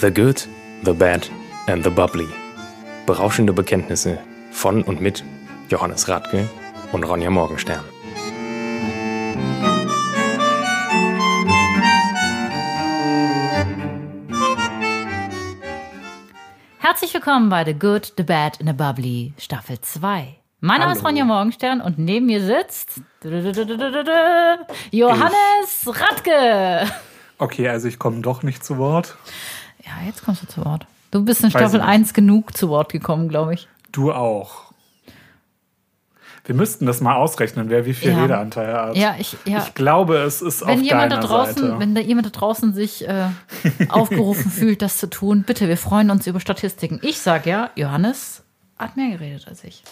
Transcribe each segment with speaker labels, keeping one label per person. Speaker 1: The Good, The Bad and The Bubbly. Berauschende Bekenntnisse von und mit Johannes Radke und Ronja Morgenstern.
Speaker 2: Herzlich willkommen bei The Good, The Bad and The Bubbly Staffel 2. Mein Name ist Ronja Morgenstern und neben mir sitzt Johannes Radke.
Speaker 3: Okay, also ich komme doch nicht zu Wort.
Speaker 2: Ja, jetzt kommst du zu Wort. Du bist in
Speaker 3: Weiß ich
Speaker 2: Staffel
Speaker 3: nicht.
Speaker 2: 1 genug zu Wort gekommen, glaube ich.
Speaker 3: Du auch. Wir müssten das mal ausrechnen, wer wie viel
Speaker 2: Ja.
Speaker 3: Redeanteil hat.
Speaker 2: Ja, ich- ja.
Speaker 3: ich glaube, es ist
Speaker 2: Wenn
Speaker 3: auf
Speaker 2: jemand, da
Speaker 3: deiner
Speaker 2: draußen,
Speaker 3: Seite.
Speaker 2: wenn da jemand da draußen sich äh, aufgerufen fühlt, das zu tun, bitte, wir freuen uns über Statistiken. Ich sage ja, Johannes hat mehr geredet als ich.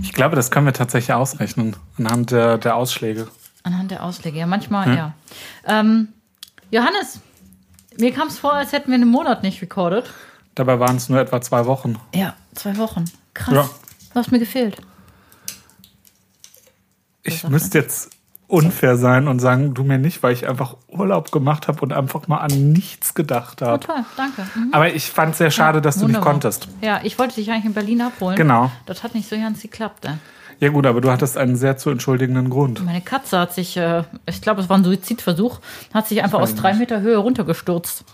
Speaker 3: ich glaube, das können wir tatsächlich ausrechnen anhand der, der Ausschläge.
Speaker 2: Anhand der Ausleger, ja, manchmal,
Speaker 3: Hm.
Speaker 2: ja. Ähm, Johannes, mir kam es vor, als hätten wir einen Monat nicht recorded.
Speaker 3: Dabei waren es nur etwa zwei Wochen.
Speaker 2: Ja, zwei Wochen. Krass.
Speaker 3: Ja.
Speaker 2: Du hast mir gefehlt.
Speaker 3: Ich
Speaker 2: Sache.
Speaker 3: müsste jetzt unfair sein und sagen, du mir nicht, weil ich einfach Urlaub gemacht habe und einfach mal an nichts gedacht
Speaker 2: Oh,
Speaker 3: habe.
Speaker 2: toll, danke. Mhm.
Speaker 3: Aber ich fand es sehr schade, dass du
Speaker 2: Wunderbar.
Speaker 3: nicht konntest.
Speaker 2: Ja, ich wollte dich eigentlich in Berlin abholen.
Speaker 3: Genau.
Speaker 2: Das hat nicht so ganz geklappt. Äh.
Speaker 3: Ja gut, aber du hattest einen sehr zu entschuldigenden Grund.
Speaker 2: Meine Katze hat sich, äh, ich glaube, es war ein Suizidversuch, hat sich einfach aus drei Meter Höhe runtergestürzt.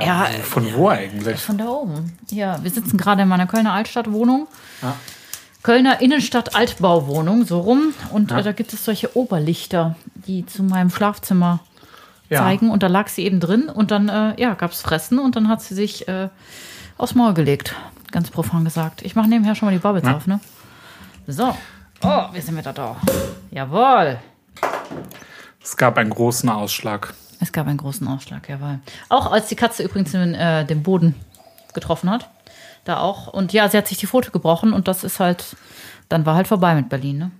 Speaker 2: Ja, äh,
Speaker 3: Von wo eigentlich?
Speaker 2: Von da oben. Ja, wir sitzen gerade in meiner Kölner Altstadtwohnung. Kölner Innenstadt Altbauwohnung, so rum. Und äh, da gibt es solche Oberlichter, die zu meinem Schlafzimmer
Speaker 3: Ja.
Speaker 2: zeigen. Und da lag sie eben drin und dann äh, ja, gab es Fressen und dann hat sie sich äh, aufs Maul gelegt. Ganz profan gesagt. Ich mache nebenher schon mal die Bubbles auf, ne? So. Oh, wir sind wieder da. Jawohl.
Speaker 3: Es gab einen großen Ausschlag.
Speaker 2: Es gab einen großen Ausschlag, jawohl. Auch als die Katze übrigens den, äh, den Boden getroffen hat. Da auch. Und ja, sie hat sich die Pfote gebrochen und das ist halt, dann war halt vorbei mit Berlin, ne?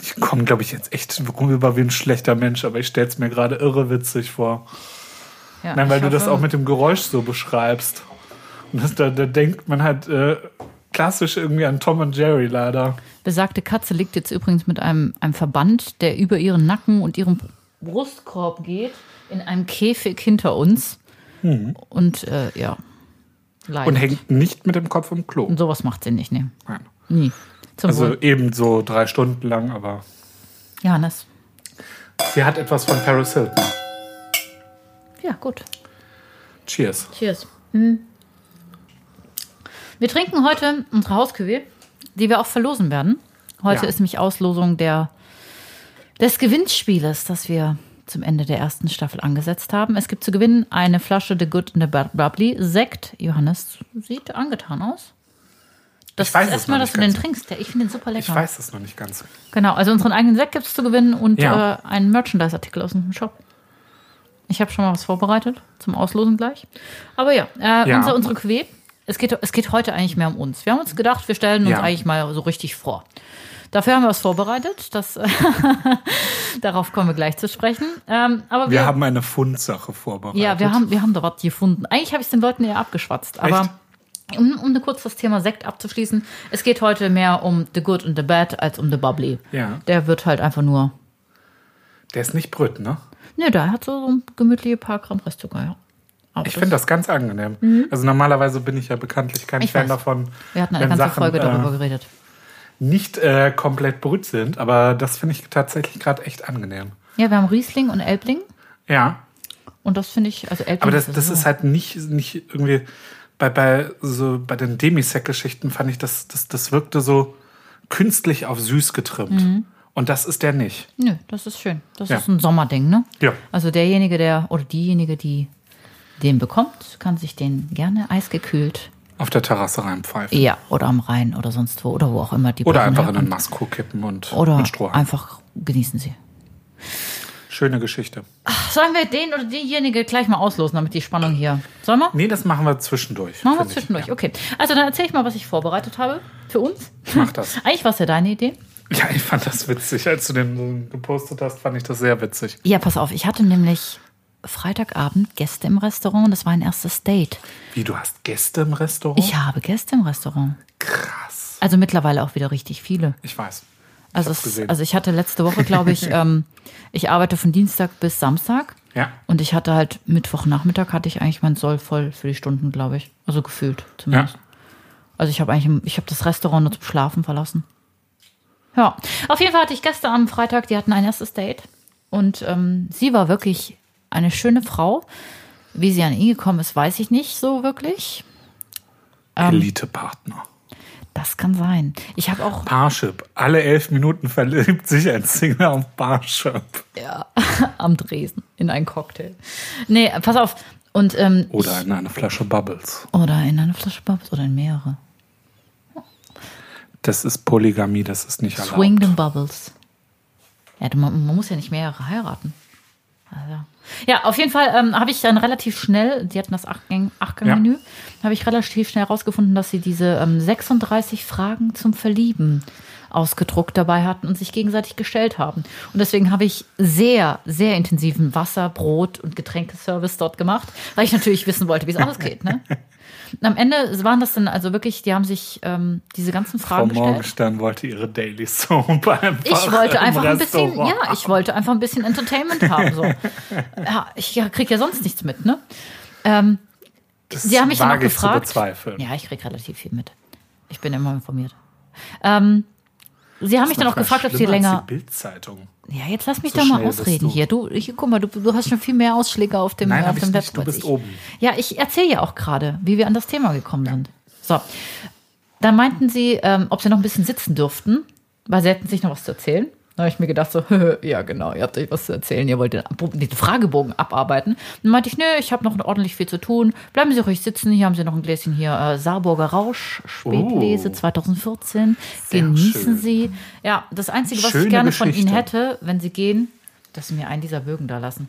Speaker 3: Ich komme, glaube ich, jetzt echt rüber wie ein schlechter Mensch, aber ich stelle es mir gerade irre witzig vor.
Speaker 2: Ja,
Speaker 3: Nein,
Speaker 2: ich
Speaker 3: weil du das
Speaker 2: hoffe-
Speaker 3: auch mit dem Geräusch so beschreibst. Und das, da, da denkt man halt äh, klassisch irgendwie an Tom und Jerry leider.
Speaker 2: Besagte Katze liegt jetzt übrigens mit einem, einem Verband, der über ihren Nacken und ihrem Brustkorb geht, in einem Käfig hinter uns. Und äh, ja, leider.
Speaker 3: Hm. Und hängt nicht mit dem Kopf im Klo.
Speaker 2: und sowas macht sie nicht, ne?
Speaker 3: Nein.
Speaker 2: Nie. Zum
Speaker 3: Also
Speaker 2: Wohl.
Speaker 3: eben so drei Stunden lang, aber
Speaker 2: Johannes.
Speaker 3: sie hat etwas von Paris Hilton.
Speaker 2: Ja, gut.
Speaker 3: Cheers.
Speaker 2: Cheers. Mhm. Wir trinken heute unsere Hauskühe, die wir auch verlosen werden. Heute
Speaker 3: Ja.
Speaker 2: ist nämlich Auslosung der, des Gewinnspieles, das wir zum Ende der ersten Staffel angesetzt haben. Es gibt zu gewinnen eine Flasche The Good and the Bad Bubbly Sekt. Johannes sieht angetan aus. Das
Speaker 3: Ich weiß
Speaker 2: ist
Speaker 3: es
Speaker 2: erstmal,
Speaker 3: noch
Speaker 2: dass
Speaker 3: nicht
Speaker 2: du den
Speaker 3: ganz.
Speaker 2: trinkst. Der- Ich finde den super lecker.
Speaker 3: Ich weiß es noch nicht ganz.
Speaker 2: Genau, also unseren eigenen Sekt gibt es zu gewinnen und
Speaker 3: Ja.
Speaker 2: äh, einen Merchandise-Artikel aus unserem Shop. Ich habe schon mal was vorbereitet zum Auslosen gleich. Aber ja, äh,
Speaker 3: Ja.
Speaker 2: Unsere, unsere Cuvée. Es geht, es geht heute eigentlich mehr um uns. Wir haben uns gedacht, wir stellen uns
Speaker 3: Ja.
Speaker 2: eigentlich mal so richtig vor. Dafür haben wir was vorbereitet. Das, äh, darauf kommen wir gleich zu sprechen. Ähm, aber wir,
Speaker 3: Wir haben eine Fundsache vorbereitet.
Speaker 2: ja, wir haben, wir haben da was gefunden. Eigentlich habe ich es den Leuten eher abgeschwatzt, aber um, um kurz das Thema Sekt abzuschließen, es geht heute mehr um The Good und The Bad als um The Bubbly.
Speaker 3: Ja.
Speaker 2: Der wird halt einfach nur.
Speaker 3: Der ist nicht Brüt, ne?
Speaker 2: Ne, da hat so ein gemütliche paar Gramm Restzucker, ja. Aber
Speaker 3: Ich finde das ganz angenehm. Also normalerweise bin ich ja bekanntlich kein
Speaker 2: Mhm. Ich
Speaker 3: Fan
Speaker 2: weiß.
Speaker 3: davon.
Speaker 2: Wir hatten eine
Speaker 3: wenn
Speaker 2: ganze
Speaker 3: Sachen,
Speaker 2: Folge darüber
Speaker 3: äh,
Speaker 2: geredet.
Speaker 3: Nicht äh, komplett brüt sind, aber das finde ich tatsächlich gerade echt angenehm.
Speaker 2: Ja, wir haben Riesling und Elbling.
Speaker 3: Ja,
Speaker 2: Und das finde ich, also Elbling
Speaker 3: aber das, das
Speaker 2: sowieso-
Speaker 3: ist halt nicht, nicht irgendwie bei, bei, so bei den Demisec-Geschichten fand ich, das, das, das wirkte so künstlich auf süß getrimmt.
Speaker 2: Mhm.
Speaker 3: Und das ist der nicht.
Speaker 2: Nö, das ist schön. Das
Speaker 3: Ja.
Speaker 2: ist ein Sommerding, ne?
Speaker 3: Ja.
Speaker 2: Also derjenige, der oder diejenige, die den bekommt, kann sich den gerne eisgekühlt.
Speaker 3: Auf der Terrasse reinpfeifen.
Speaker 2: Ja, oder am Rhein oder sonst wo oder wo auch immer die
Speaker 3: Oder
Speaker 2: Brauen
Speaker 3: einfach in einen
Speaker 2: herkommen.
Speaker 3: Masko kippen und
Speaker 2: Oder
Speaker 3: mit Stroh.
Speaker 2: einfach genießen sie.
Speaker 3: Schöne Geschichte.
Speaker 2: Sollen wir den oder diejenige gleich mal auslosen, damit die Spannung hier. Sollen wir?
Speaker 3: Nee, das machen wir zwischendurch.
Speaker 2: Machen wir
Speaker 3: find ich.
Speaker 2: zwischendurch. Okay. Also dann erzähl ich mal, was ich vorbereitet habe für uns.
Speaker 3: Mach das.
Speaker 2: Eigentlich war es ja deine Idee.
Speaker 3: Ja, ich fand das witzig. Als du den gepostet hast, fand ich das sehr witzig.
Speaker 2: Ja, pass auf. Ich hatte nämlich Freitagabend Gäste im Restaurant und das war ein erstes Date.
Speaker 3: Wie, du hast Gäste im Restaurant?
Speaker 2: Ich habe Gäste im Restaurant.
Speaker 3: Oh. Krass.
Speaker 2: Also mittlerweile auch wieder richtig viele.
Speaker 3: Ich weiß.
Speaker 2: Also,
Speaker 3: hab's
Speaker 2: es,
Speaker 3: gesehen.
Speaker 2: also ich hatte letzte Woche, glaube ich, ähm, ich arbeite von Dienstag bis Samstag.
Speaker 3: Ja.
Speaker 2: Und ich hatte halt Mittwochnachmittag hatte ich eigentlich mein Soll voll für die Stunden, glaube ich. Also gefühlt
Speaker 3: Ja.
Speaker 2: zumindest. Also ich habe eigentlich, im- ich habe das Restaurant nur zum Schlafen verlassen. Ja, auf jeden Fall hatte ich Gäste am Freitag, die hatten ein erstes Date. Und ähm, sie war wirklich eine schöne Frau. Wie sie an ihn gekommen ist, weiß ich nicht so wirklich. Ähm.
Speaker 3: Elite-Partner.
Speaker 2: Das kann sein. Ich habe auch,
Speaker 3: Parship. Alle elf Minuten verliebt sich ein Single auf Parship.
Speaker 2: am Dresen in einen Cocktail. Nee, pass auf. Und, ähm,
Speaker 3: Oder in eine Flasche Bubbles.
Speaker 2: ich, oder in eine Flasche Bubbles oder in mehrere.
Speaker 3: Das ist Polygamie, das ist nicht erlaubt.
Speaker 2: Swing them Bubbles. Ja, du- man, man muss ja nicht mehrere heiraten. Also. Ja, auf jeden Fall ähm, habe ich dann relativ schnell, die hatten das Achtgang- Achtgang-Menü, habe ich relativ schnell herausgefunden, dass sie diese ähm, 36 Fragen zum Verlieben ausgedruckt dabei hatten und sich gegenseitig gestellt haben. Und deswegen habe ich sehr, sehr intensiven Wasser, Brot und Getränkeservice dort gemacht, weil ich natürlich wissen wollte, wie es ausgeht. Ne? Und am Ende waren das dann also wirklich, die haben sich ähm, diese ganzen
Speaker 3: Frau
Speaker 2: Fragen gestellt.
Speaker 3: Morgenstern wollte ihre Daily Soap einfach
Speaker 2: Ich wollte
Speaker 3: im
Speaker 2: einfach ein bisschen,
Speaker 3: Restaurant.
Speaker 2: ja, ich wollte einfach ein bisschen Entertainment haben. So. Ja, ich ja, krieg ja sonst nichts mit, ne? Ähm,
Speaker 3: Das
Speaker 2: sie haben mich dann auch
Speaker 3: wage ich Zu
Speaker 2: gefragt.
Speaker 3: bezweifeln.
Speaker 2: ja, ich krieg relativ viel mit. Ich bin immer informiert. Ähm, sie haben mich dann auch
Speaker 3: Manchmal
Speaker 2: gefragt, ob sie
Speaker 3: schlimmer als
Speaker 2: länger.
Speaker 3: Die Bildzeitung.
Speaker 2: Ja, jetzt lass mich
Speaker 3: So
Speaker 2: doch mal
Speaker 3: schnell bist
Speaker 2: ausreden
Speaker 3: du.
Speaker 2: hier. Du, ich, guck mal, du, du hast schon viel mehr Ausschläge auf dem,
Speaker 3: Nein, hab
Speaker 2: auf
Speaker 3: ich
Speaker 2: dem
Speaker 3: nicht.
Speaker 2: Laptop.
Speaker 3: Du
Speaker 2: als
Speaker 3: bist
Speaker 2: ich.
Speaker 3: oben.
Speaker 2: Ja, ich erzähle ja auch gerade, wie wir an das Thema gekommen sind. So, dann meinten sie, ähm, ob sie noch ein bisschen sitzen dürften, weil sie hätten sich noch was zu erzählen. Da habe ich mir gedacht, so, ja genau, ihr habt euch was zu erzählen, ihr wollt den, Ab- den Fragebogen abarbeiten. Dann meinte ich, nö, ich habe noch ordentlich viel zu tun. Bleiben Sie ruhig sitzen, hier haben Sie noch ein Gläschen hier, äh, Saarburger Rausch, Spätlese
Speaker 3: Oh.
Speaker 2: 2014.
Speaker 3: Sehr
Speaker 2: Genießen
Speaker 3: schön.
Speaker 2: Sie. Ja, das Einzige, was ich
Speaker 3: Schöne
Speaker 2: gerne von Ihnen
Speaker 3: Geschichte.
Speaker 2: hätte, wenn Sie gehen, dass Sie mir einen dieser Bögen da lassen.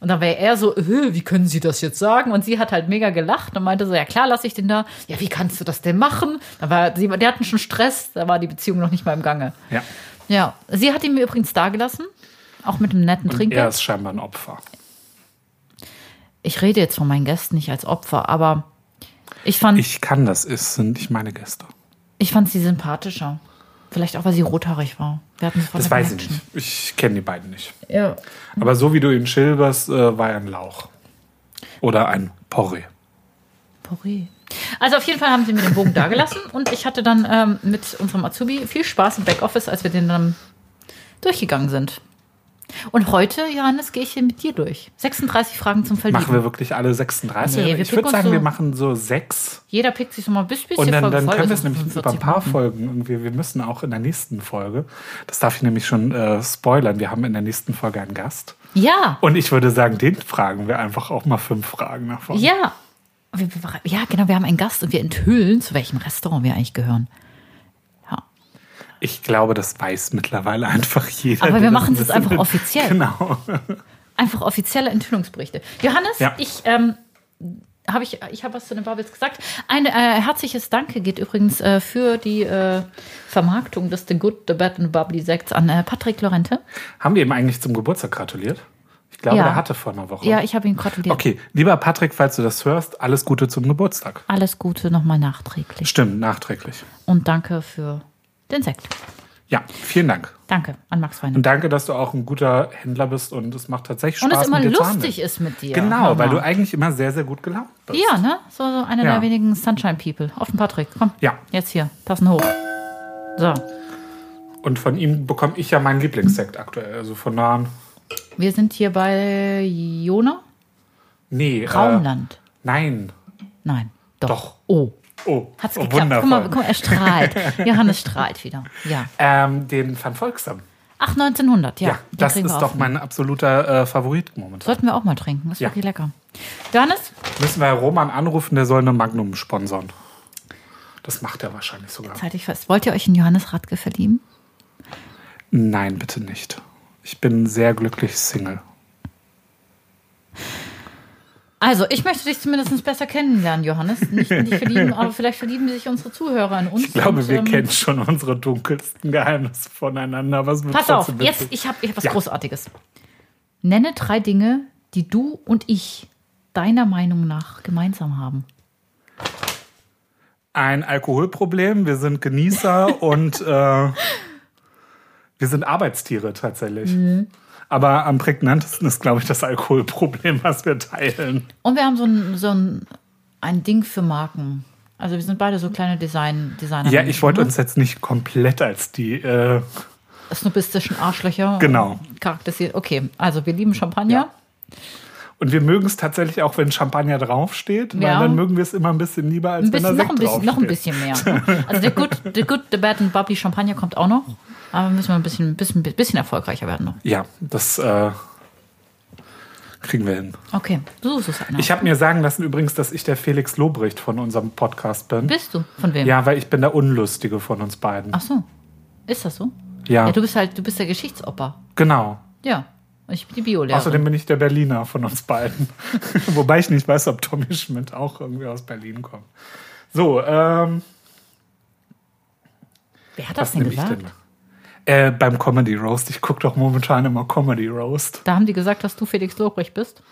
Speaker 2: Und dann wäre er so, "Hö, wie können Sie das jetzt sagen? Und sie hat halt mega gelacht und meinte so, ja klar, lasse ich den da. Ja, wie kannst du das denn machen? Da war sie, die hatten schon Stress, da war die Beziehung noch nicht mal im Gange.
Speaker 3: Ja.
Speaker 2: Ja, sie hat ihn mir übrigens dagelassen, auch mit einem netten Trinkgeld.
Speaker 3: Er ist scheinbar ein Opfer.
Speaker 2: Ich rede jetzt von meinen Gästen nicht als Opfer, aber ich fand, ich,
Speaker 3: Ich kann das, es sind nicht meine Gäste.
Speaker 2: fand sie sympathischer. Vielleicht auch, weil sie rothaarig war. Wir hatten sofort
Speaker 3: Das
Speaker 2: eine
Speaker 3: weiß ich
Speaker 2: Connection.
Speaker 3: nicht. Ich kenne die beiden nicht.
Speaker 2: Ja.
Speaker 3: Aber so wie du ihn schilderst, äh, war er ein Lauch. Oder ein Porree.
Speaker 2: Porree. Also auf jeden Fall haben sie mir den Bogen dagelassen und ich hatte dann ähm, mit unserem Azubi viel Spaß im Backoffice, als wir den dann durchgegangen sind. Und heute, Johannes, gehe ich hier mit dir durch. 36 Fragen zum Verlieben.
Speaker 3: Machen wir wirklich alle 36?
Speaker 2: Nee, wir
Speaker 3: ich
Speaker 2: picken
Speaker 3: würde
Speaker 2: uns
Speaker 3: sagen,
Speaker 2: so-
Speaker 3: wir machen so sechs.
Speaker 2: Jeder pickt sich so mal ein bisschen
Speaker 3: Und dann,
Speaker 2: Folge
Speaker 3: dann
Speaker 2: voll,
Speaker 3: können wir es
Speaker 2: also
Speaker 3: nämlich über ein
Speaker 2: 45
Speaker 3: paar
Speaker 2: Minuten.
Speaker 3: Folgen irgendwie. Wir müssen auch in der nächsten Folge, das darf ich nämlich schon äh, spoilern, wir haben in der nächsten Folge einen Gast.
Speaker 2: Ja,
Speaker 3: Und ich würde sagen, den fragen wir einfach auch mal fünf Fragen nach vorne.
Speaker 2: ja. Wir, wir- ja, genau, wir haben einen Gast und wir enthüllen, zu welchem Restaurant wir eigentlich gehören. Ja.
Speaker 3: Ich glaube, das weiß mittlerweile einfach jeder.
Speaker 2: Aber
Speaker 3: der
Speaker 2: wir
Speaker 3: das
Speaker 2: machen
Speaker 3: ein
Speaker 2: es jetzt
Speaker 3: bisschen-
Speaker 2: einfach offiziell.
Speaker 3: Genau.
Speaker 2: Einfach offizielle Enthüllungsberichte. Johannes,
Speaker 3: Ja.
Speaker 2: ich ähm, habe ich, ich hab was zu den Bubbles gesagt. Ein äh, herzliches Danke geht übrigens äh, für die äh, Vermarktung des The Good, The Bad and the Bubbly Sekts an äh, Patrick Lorente.
Speaker 3: Haben wir ihm eigentlich zum Geburtstag gratuliert? Ich glaube,
Speaker 2: Ja.
Speaker 3: er hatte vor einer Woche.
Speaker 2: Ja, ich habe ihn gratuliert.
Speaker 3: Okay, lieber Patrick, falls du das hörst, alles Gute zum Geburtstag.
Speaker 2: Alles Gute nochmal nachträglich.
Speaker 3: Stimmt, nachträglich.
Speaker 2: Und danke für den Sekt.
Speaker 3: Ja, vielen Dank.
Speaker 2: Danke an Max Freunde.
Speaker 3: Und danke, dass du auch ein guter Händler bist und es macht tatsächlich
Speaker 2: Und
Speaker 3: Spaß.
Speaker 2: es immer
Speaker 3: mit dir zu
Speaker 2: lustig
Speaker 3: handeln.
Speaker 2: ist mit dir.
Speaker 3: Genau,
Speaker 2: Mama.
Speaker 3: weil du eigentlich immer sehr, sehr gut gelaunt bist.
Speaker 2: Ja, ne? So, so einer
Speaker 3: Ja.
Speaker 2: der wenigen Sunshine-People. Auf den Patrick, komm.
Speaker 3: Ja.
Speaker 2: Jetzt hier, Tassen hoch. So,
Speaker 3: Und von ihm bekomme ich ja meinen Lieblingssekt aktuell. Also von nahen.
Speaker 2: wir sind hier bei Jona.
Speaker 3: Äh. Nee.
Speaker 2: Raumland.
Speaker 3: Äh, nein.
Speaker 2: Nein, doch.
Speaker 3: Doch.
Speaker 2: Oh,
Speaker 3: Oh,
Speaker 2: hat's
Speaker 3: oh
Speaker 2: geklappt. Guck mal,
Speaker 3: wundervoll.
Speaker 2: guck mal, er strahlt. Johannes strahlt wieder. Ja.
Speaker 3: Ähm, den Van Volksam.
Speaker 2: Ach, 1900, ja.
Speaker 3: Ja,
Speaker 2: Den
Speaker 3: das
Speaker 2: kriegen
Speaker 3: ist
Speaker 2: wir
Speaker 3: doch
Speaker 2: auf.
Speaker 3: mein absoluter äh, Favorit momentan.
Speaker 2: Sollten wir auch mal trinken. Ist
Speaker 3: Ja.
Speaker 2: wirklich lecker. Johannes,
Speaker 3: Müssen wir Roman anrufen, der soll eine Magnum sponsern. Das macht er wahrscheinlich sogar.
Speaker 2: jetzt halte ich halt fest. Wollt ihr euch in Johannes Radke verlieben?
Speaker 3: Nein, bitte nicht. Ich bin sehr glücklich Single.
Speaker 2: Also, ich möchte dich zumindest besser kennenlernen, Johannes. Nicht in dich verlieben, aber vielleicht verlieben sich unsere Zuhörer in uns.
Speaker 3: Ich glaube,
Speaker 2: und,
Speaker 3: wir
Speaker 2: ähm,
Speaker 3: kennen schon unsere dunkelsten Geheimnisse voneinander. Was wir
Speaker 2: Pass auf,
Speaker 3: trotzdem
Speaker 2: jetzt,
Speaker 3: wissen.
Speaker 2: ich habe ich hab was
Speaker 3: Ja.
Speaker 2: Großartiges. Nenne drei Dinge, die du und ich deiner Meinung nach gemeinsam haben.
Speaker 3: Ein Alkoholproblem, wir sind Genießer und äh, Wir sind Arbeitstiere tatsächlich.
Speaker 2: Mhm.
Speaker 3: Aber am prägnantesten ist, glaube ich, das Alkoholproblem, was wir teilen.
Speaker 2: Und wir haben so ein, so ein, ein Ding für Marken. Also wir sind beide so kleine Design ne? Designer.
Speaker 3: Ja, ich wollte uns jetzt nicht komplett als die. Äh,
Speaker 2: snobistischen Arschlöcher
Speaker 3: Genau.
Speaker 2: charakterisiert. Okay, also wir lieben Champagner.
Speaker 3: und wir mögen es tatsächlich auch, wenn Champagner draufsteht, weil
Speaker 2: Ja.
Speaker 3: dann mögen wir es immer ein bisschen lieber, als
Speaker 2: Ein bisschen,
Speaker 3: wenn da
Speaker 2: noch, ein
Speaker 3: Sekt
Speaker 2: bisschen, noch ein
Speaker 3: draufsteht.
Speaker 2: bisschen mehr. ne? Also der Good, the, good the Bad and Bubbly Champagner kommt auch noch. Aber müssen wir ein bisschen, bisschen, bisschen erfolgreicher werden noch.
Speaker 3: Ja, das äh, kriegen wir hin.
Speaker 2: Okay, du suchst es halt, ne? einer.
Speaker 3: Ich habe mir sagen lassen übrigens, dass ich der Felix Lobrecht von unserem Podcast bin.
Speaker 2: Bist du? Von wem?
Speaker 3: Ja, weil ich bin der Unlustige von uns beiden.
Speaker 2: Ach so. Ist das so?
Speaker 3: ja,
Speaker 2: Ja, du bist halt, du bist der Geschichtsopper.
Speaker 3: genau.
Speaker 2: Ja. Und ich bin die Biolehrerin.
Speaker 3: Außerdem bin ich der Berliner von uns beiden. Wobei ich nicht weiß, ob Tommy Schmidt auch irgendwie aus Berlin kommt. So, ähm,
Speaker 2: Wer hat das
Speaker 3: was
Speaker 2: denn
Speaker 3: nehme ich
Speaker 2: gesagt?
Speaker 3: denn? Äh, beim Comedy Roast. Ich gucke doch momentan immer Comedy Roast.
Speaker 2: Da haben die gesagt, dass du Felix Lobrecht bist.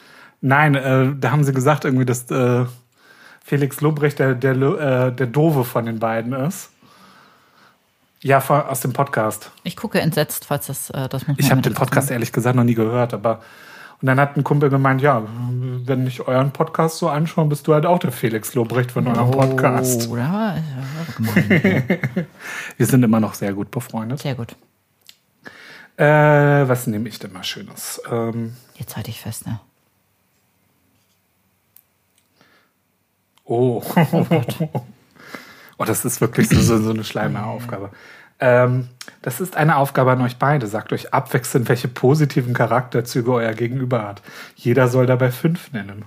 Speaker 3: Nein, äh, da haben sie gesagt irgendwie, dass äh, Felix Lobrecht der, der, Lo- äh, der Dove von den beiden ist. Ja, von, aus dem Podcast.
Speaker 2: Ich gucke entsetzt, falls das äh, das muss
Speaker 3: Ich
Speaker 2: man
Speaker 3: habe
Speaker 2: mit-
Speaker 3: den Podcast ehrlich gesagt noch nie gehört, aber. Und dann hat ein Kumpel gemeint, ja, wenn ich euren Podcast so anschaue, bist du halt auch der Felix Lobrecht von eurem Podcast.
Speaker 2: Oh, da war- ja, gemein.
Speaker 3: Wir sind immer noch sehr gut befreundet.
Speaker 2: Sehr gut.
Speaker 3: Äh, was nehme ich denn mal Schönes? Ähm,
Speaker 2: Jetzt halte ich fest, ne?
Speaker 3: oh. oh, das ist wirklich so, so, so eine schleime Aufgabe. Ähm, das ist eine Aufgabe an euch beide. Sagt euch abwechselnd, welche positiven Charakterzüge euer Gegenüber hat. Jeder soll dabei fünf nennen.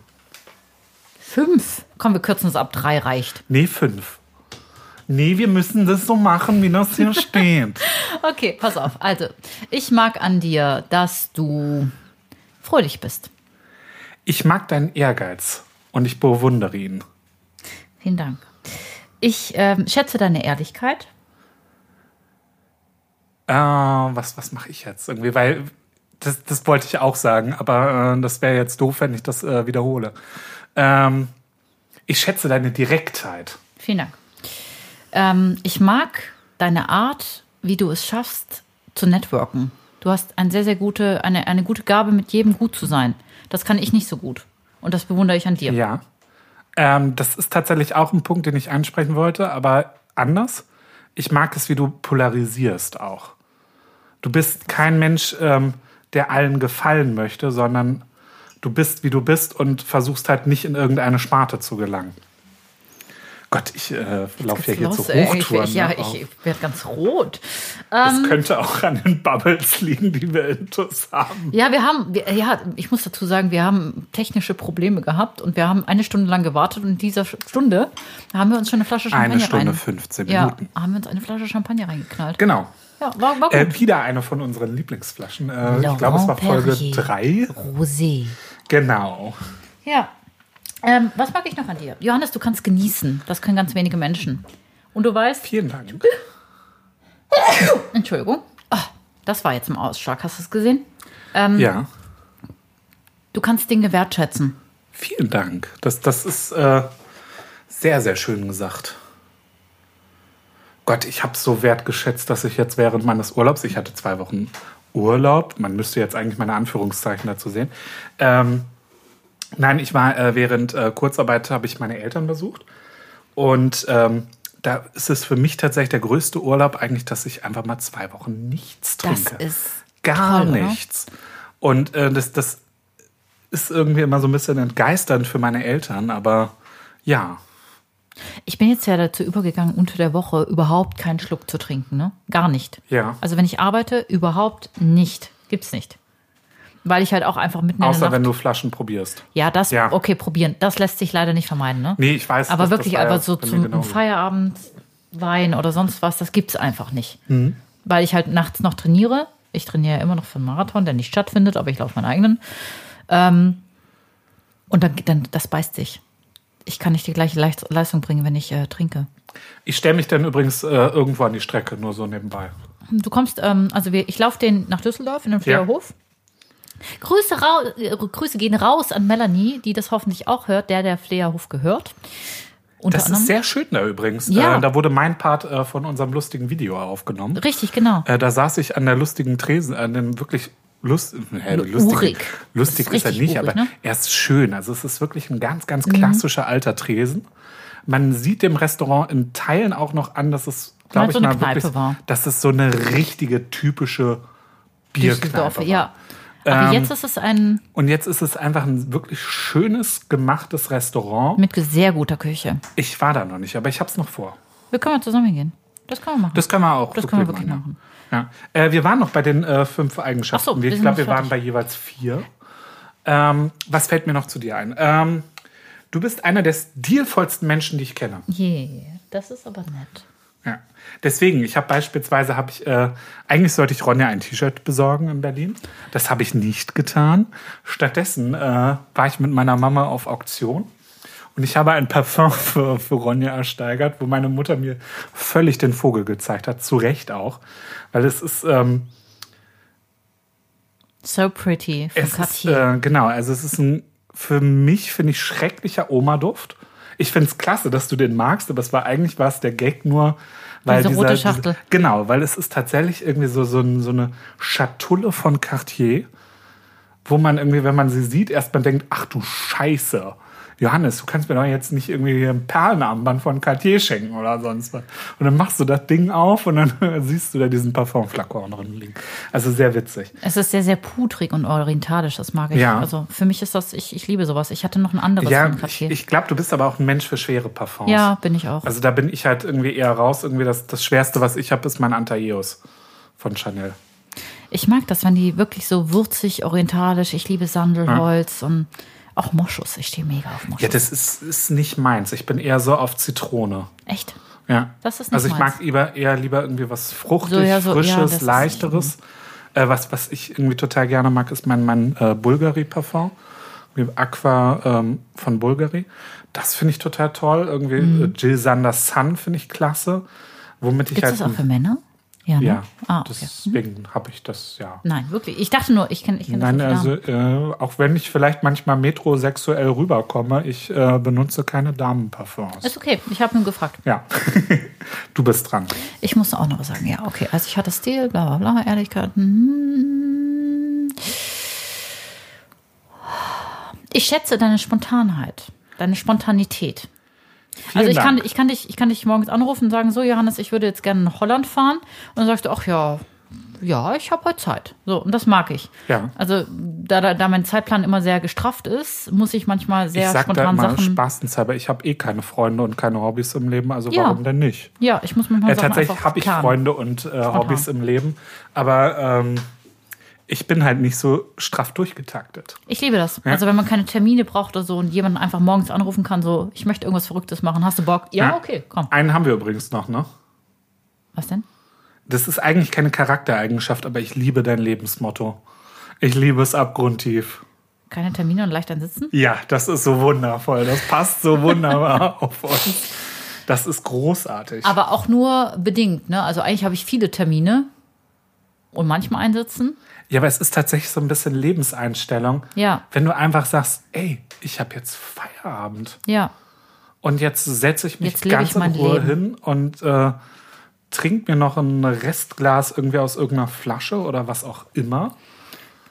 Speaker 2: Fünf. Komm, wir kürzen es ab. Drei reicht.
Speaker 3: Nee, fünf. Nee, wir müssen das so machen, wie das hier steht.
Speaker 2: Okay, pass auf. Also, ich mag an dir, dass du fröhlich bist.
Speaker 3: Ich mag deinen Ehrgeiz und ich bewundere ihn.
Speaker 2: Vielen Dank. Ich ähm, schätze deine Ehrlichkeit.
Speaker 3: Äh, was was mache ich jetzt irgendwie? Weil das, das wollte ich auch sagen, aber äh, das wäre jetzt doof, wenn ich das äh, wiederhole. Ähm, ich schätze deine Direktheit.
Speaker 2: Vielen Dank. Ähm, ich mag deine Art, wie du es schaffst, zu networken. Du hast eine sehr, sehr gute, eine, eine gute Gabe, mit jedem gut zu sein. Das kann ich nicht so gut. Und das bewundere ich an dir.
Speaker 3: Ja. Ähm, das ist tatsächlich auch ein Punkt, den ich ansprechen wollte, aber anders. Ich mag es, wie du polarisierst auch. Du bist kein Mensch, ähm, der allen gefallen möchte, sondern du bist, wie du bist und versuchst halt nicht in irgendeine Sparte zu gelangen. Gott, ich äh, laufe ja hier
Speaker 2: Los,
Speaker 3: zu
Speaker 2: ey, ich,
Speaker 3: Hochtouren.
Speaker 2: ich, ja,
Speaker 3: ne, auf.
Speaker 2: ich werde ganz rot. Ähm,
Speaker 3: das könnte auch an den Bubbles liegen, die wir intus haben.
Speaker 2: Ja, wir haben, wir, ja, ich muss dazu sagen, wir haben technische Probleme gehabt und wir haben eine Stunde lang gewartet und in dieser Stunde haben wir uns schon eine Flasche Champagner
Speaker 3: Eine Stunde
Speaker 2: rein,
Speaker 3: 15
Speaker 2: ja,
Speaker 3: Minuten.
Speaker 2: haben wir uns eine Flasche Champagner reingeknallt.
Speaker 3: Genau.
Speaker 2: Ja, war, war gut.
Speaker 3: Äh, wieder eine von unseren Lieblingsflaschen. Äh, ich glaube, es
Speaker 2: Laurent
Speaker 3: war Folge
Speaker 2: Perrier.
Speaker 3: 3.
Speaker 2: Rosé.
Speaker 3: Genau.
Speaker 2: Ja. Ähm, was mag ich noch an dir? Johannes, du kannst genießen. Das können ganz wenige Menschen. Und du weißt,
Speaker 3: Vielen Dank.
Speaker 2: Entschuldigung, Ah, das war jetzt im Ausschlag, hast du es gesehen? Ähm,
Speaker 3: Ja.
Speaker 2: Du kannst Dinge wertschätzen.
Speaker 3: Vielen Dank. Das, das ist äh, sehr, sehr schön gesagt. Gott, ich habe so wertgeschätzt, dass ich jetzt während meines Urlaubs, ich hatte zwei Wochen Urlaub, man müsste jetzt eigentlich meine Anführungszeichen dazu sehen. Ähm, nein, ich war äh, während äh, Kurzarbeit, habe ich meine Eltern besucht. Und ähm, da ist es für mich tatsächlich der größte Urlaub eigentlich, dass ich einfach mal zwei Wochen nichts
Speaker 2: Das
Speaker 3: trinke.
Speaker 2: ist
Speaker 3: gar
Speaker 2: toll, oder?
Speaker 3: nichts. Und äh, das, das ist irgendwie immer so ein bisschen entgeisternd für meine Eltern, aber ja,
Speaker 2: Ich bin jetzt ja dazu übergegangen, unter der Woche überhaupt keinen Schluck zu trinken, ne? Gar nicht.
Speaker 3: Ja.
Speaker 2: Also wenn ich arbeite, überhaupt nicht. Gibt's nicht. Weil ich halt auch einfach mitten in der
Speaker 3: außer
Speaker 2: Nacht...
Speaker 3: wenn du Flaschen probierst.
Speaker 2: ja, das,
Speaker 3: Ja.
Speaker 2: okay, probieren. Das lässt sich leider nicht vermeiden, ne?
Speaker 3: Nee, ich weiß.
Speaker 2: Aber
Speaker 3: dass
Speaker 2: wirklich
Speaker 3: das war ja
Speaker 2: aber so
Speaker 3: bei mir
Speaker 2: zum
Speaker 3: genauso.
Speaker 2: Feierabend Wein oder sonst was, das gibt's einfach nicht. Weil ich halt nachts noch trainiere. Ich trainiere ja immer noch für einen Marathon, der nicht stattfindet, aber ich laufe meinen eigenen. Ähm, und dann, dann, das beißt sich. Ich kann nicht die gleiche Leist- Leistung bringen, wenn ich äh, trinke.
Speaker 3: Ich stelle mich dann übrigens äh, irgendwo an die Strecke, nur so nebenbei.
Speaker 2: Du kommst, ähm, also wir, ich laufe den nach Düsseldorf in den Flöherhof. Grüße, rau, äh, Grüße gehen raus an Melanie, die das hoffentlich auch hört, der der Flöherhof gehört. Unter
Speaker 3: Das ist
Speaker 2: anderem.
Speaker 3: sehr schön da übrigens.
Speaker 2: Ja.
Speaker 3: Äh, da wurde mein Part äh, von unserem lustigen Video aufgenommen.
Speaker 2: Richtig, genau.
Speaker 3: Äh, da saß ich an der lustigen Tresen, an dem wirklich lust, äh,
Speaker 2: Lu-
Speaker 3: lustigen.
Speaker 2: urig.
Speaker 3: Lustig
Speaker 2: Das ist
Speaker 3: ist, er
Speaker 2: richtig
Speaker 3: nicht,
Speaker 2: urig,
Speaker 3: aber
Speaker 2: ne? Mhm.
Speaker 3: er ist schön. Also es ist wirklich ein ganz, ganz klassischer alter Tresen. Man sieht dem Restaurant in Teilen auch noch an, dass es, glaube
Speaker 2: Weil
Speaker 3: ich,
Speaker 2: so eine
Speaker 3: mal
Speaker 2: Kneipe
Speaker 3: wirklich,
Speaker 2: war.
Speaker 3: dass es so eine richtige typische Bierkneipe
Speaker 2: Düsseldorf,
Speaker 3: war.
Speaker 2: ja. Aber
Speaker 3: Ähm,
Speaker 2: jetzt ist es ein
Speaker 3: Und jetzt ist es einfach ein wirklich schönes gemachtes Restaurant.
Speaker 2: mit sehr guter Küche.
Speaker 3: Ich war da noch nicht, aber ich habe es noch vor.
Speaker 2: Wir können mal zusammen hingehen. Das können wir machen.
Speaker 3: Das können wir auch.
Speaker 2: Das können wir
Speaker 3: Glück
Speaker 2: wirklich
Speaker 3: Ja. Ja. Äh, wir waren noch bei den äh, fünf Eigenschaften.
Speaker 2: Ach so, wir
Speaker 3: ich
Speaker 2: sind
Speaker 3: glaube, wir
Speaker 2: noch
Speaker 3: waren bei jeweils vier. Ähm, was fällt mir noch zu dir ein? Ähm, du bist einer der stilvollsten Menschen, die ich kenne.
Speaker 2: yeah. Das ist aber nett.
Speaker 3: Ja. Deswegen, ich habe beispielsweise, habe ich, äh, eigentlich sollte ich Ronja ein T-Shirt besorgen in Berlin. Das habe ich nicht getan. Stattdessen äh, war ich mit meiner Mama auf Auktion und ich habe ein Parfum für, für Ronja ersteigert, wo meine Mutter mir völlig den Vogel gezeigt hat. Zu Recht auch. Weil es ist, ähm,
Speaker 2: So pretty von
Speaker 3: es ist
Speaker 2: Cartier.
Speaker 3: äh, genau, also es ist ein, für mich, finde ich, schrecklicher Oma-Duft. Ich finde es klasse, dass du den magst, aber es war eigentlich war es der Gag nur, weil
Speaker 2: Diese
Speaker 3: dieser,
Speaker 2: rote Schachtel.
Speaker 3: Diese, genau, weil es ist tatsächlich irgendwie so, so, ein- so eine Schatulle von Cartier, wo man irgendwie, wenn man sie sieht, erstmal denkt, ach du Scheiße. Johannes, du kannst mir doch jetzt nicht irgendwie hier ein Perlenarmband von Cartier schenken oder sonst was. Und dann machst du das Ding auf und dann siehst du da diesen Parfumflakon drin liegen. Also sehr witzig.
Speaker 2: es ist sehr, sehr pudrig und orientalisch. Das mag ich.
Speaker 3: Ja.
Speaker 2: Also für mich ist das, ich, ich liebe sowas. Ich hatte noch ein anderes
Speaker 3: Ja,
Speaker 2: von
Speaker 3: ich,
Speaker 2: Cartier.
Speaker 3: ich glaube, du bist aber auch ein Mensch für schwere Parfums.
Speaker 2: ja, bin ich auch.
Speaker 3: Also da bin ich halt irgendwie eher raus. Irgendwie das, das Schwerste, was ich habe, ist mein Antaeus von Chanel.
Speaker 2: ich mag das, wenn die wirklich so würzig, orientalisch. Ich liebe Sandelholz und auch Moschus. Ich stehe mega auf Moschus.
Speaker 3: Ja, das ist, ist nicht meins. Ich bin eher so auf Zitrone.
Speaker 2: Echt?
Speaker 3: Ja.
Speaker 2: Das ist nicht
Speaker 3: also ich
Speaker 2: meins.
Speaker 3: mag lieber, eher lieber irgendwie was fruchtig,
Speaker 2: So, ja, so, ja, das
Speaker 3: frisches,
Speaker 2: ist nicht
Speaker 3: leichteres. Äh, was, was ich irgendwie total gerne mag, ist mein, mein äh, Bulgari-Parfum. Irgendwie Aqua ähm, von Bulgari. Das finde ich total toll. Irgendwie
Speaker 2: Mhm.
Speaker 3: äh, Jill Sanders Sun finde ich klasse. Womit ich
Speaker 2: Gibt es
Speaker 3: halt
Speaker 2: das auch für Männer? Ja, ne?
Speaker 3: Ja,
Speaker 2: Ah, okay.
Speaker 3: deswegen habe ich das ja.
Speaker 2: Nein, wirklich. Ich dachte nur, ich kenne ich kenn
Speaker 3: Nein,
Speaker 2: das nicht.
Speaker 3: also äh, auch wenn ich vielleicht manchmal metrosexuell rüberkomme, ich äh, benutze keine Damenparfums.
Speaker 2: Ist okay, ich habe nur gefragt.
Speaker 3: Ja, du bist dran.
Speaker 2: Ich musste auch noch was sagen. Ja, okay. Also ich hatte Stil, bla bla bla, Ehrlichkeit. mhm. Ich schätze deine Spontanheit, deine Spontanität. also ich kann,
Speaker 3: Dank.
Speaker 2: ich, kann dich, ich kann dich morgens anrufen und sagen, so Johannes, ich würde jetzt gerne nach Holland fahren. Und dann sagst du, ach ja, ja, ich habe heute Zeit. So, und das mag ich.
Speaker 3: Ja.
Speaker 2: Also da, da, da mein Zeitplan immer sehr gestrafft ist, muss ich manchmal sehr
Speaker 3: ich sag da
Speaker 2: spontan
Speaker 3: immer
Speaker 2: Sachen...
Speaker 3: spaßenshalber, ich habe eh keine Freunde und keine Hobbys im Leben, also
Speaker 2: Ja.
Speaker 3: warum denn nicht?
Speaker 2: Ja, ich muss manchmal
Speaker 3: Ja,
Speaker 2: Sachen
Speaker 3: tatsächlich
Speaker 2: einfach
Speaker 3: habe ich
Speaker 2: planen.
Speaker 3: Freunde und äh, Hobbys im Leben, aber ähm, ich bin halt nicht so straff durchgetaktet.
Speaker 2: Ich liebe das. Also wenn man keine Termine braucht oder so und jemanden einfach morgens anrufen kann, so, ich möchte irgendwas Verrücktes machen, hast du Bock? Ja,
Speaker 3: Ja.
Speaker 2: Ah, okay, komm.
Speaker 3: Einen haben wir übrigens noch, ne?
Speaker 2: Was denn?
Speaker 3: Das ist eigentlich keine Charaktereigenschaft, aber ich liebe dein Lebensmotto. Ich liebe es abgrundtief.
Speaker 2: Keine Termine und leicht dann sitzen?
Speaker 3: Ja, das ist so wundervoll. Das passt so wunderbar auf uns. Das ist großartig.
Speaker 2: Aber auch nur bedingt, ne? Also eigentlich habe ich viele Termine und manchmal einsitzen.
Speaker 3: ja, aber es ist tatsächlich so ein bisschen Lebenseinstellung.
Speaker 2: Ja.
Speaker 3: Wenn du einfach sagst, ey, ich habe jetzt Feierabend
Speaker 2: Ja.
Speaker 3: und jetzt setze ich mich
Speaker 2: Jetzt lebe
Speaker 3: ganz
Speaker 2: ich
Speaker 3: in
Speaker 2: mein
Speaker 3: Ruhe
Speaker 2: Leben.
Speaker 3: hin und äh, trink mir noch ein Restglas irgendwie aus irgendeiner Flasche oder was auch immer.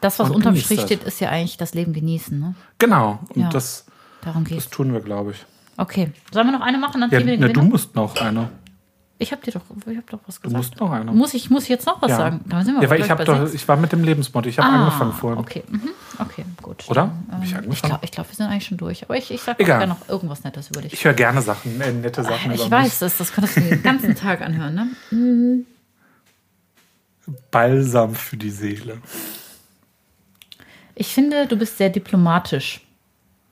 Speaker 2: Das, was
Speaker 3: Und
Speaker 2: unterm
Speaker 3: genießt
Speaker 2: Strich
Speaker 3: das.
Speaker 2: steht, ist ja eigentlich das Leben genießen, ne?
Speaker 3: Genau. Und
Speaker 2: Ja.
Speaker 3: das,
Speaker 2: Darum
Speaker 3: das
Speaker 2: geht's.
Speaker 3: tun wir, glaube ich.
Speaker 2: Okay. Sollen wir noch eine machen, dann
Speaker 3: Ja,
Speaker 2: ziehen wir den
Speaker 3: ne, du
Speaker 2: Gewinner?
Speaker 3: musst noch eine.
Speaker 2: Ich habe dir doch, ich hab doch was gesagt.
Speaker 3: musst noch eine.
Speaker 2: Muss ich, muss ich jetzt noch was sagen? Dann sind wir
Speaker 3: ja, weil
Speaker 2: gleich
Speaker 3: ich, hab
Speaker 2: bei
Speaker 3: doch,
Speaker 2: sechs.
Speaker 3: ich war mit dem Lebensmotto. Ich habe
Speaker 2: Ah,
Speaker 3: angefangen vorhin.
Speaker 2: Okay, mhm. okay, gut.
Speaker 3: Oder?
Speaker 2: Dann,
Speaker 3: Hab ich
Speaker 2: ähm, ich
Speaker 3: angefangen?
Speaker 2: glaube, ich glaub, wir sind eigentlich schon durch. Aber ich, ich sage
Speaker 3: Egal.
Speaker 2: gerne noch irgendwas Nettes über dich.
Speaker 3: Ich höre gerne Sachen, äh, nette Sachen.
Speaker 2: Ah, Ich,
Speaker 3: über
Speaker 2: weiß das, das könntest du den ganzen Tag anhören, ne?
Speaker 3: mich. Balsam für die Seele.
Speaker 2: Ich finde, du bist sehr diplomatisch.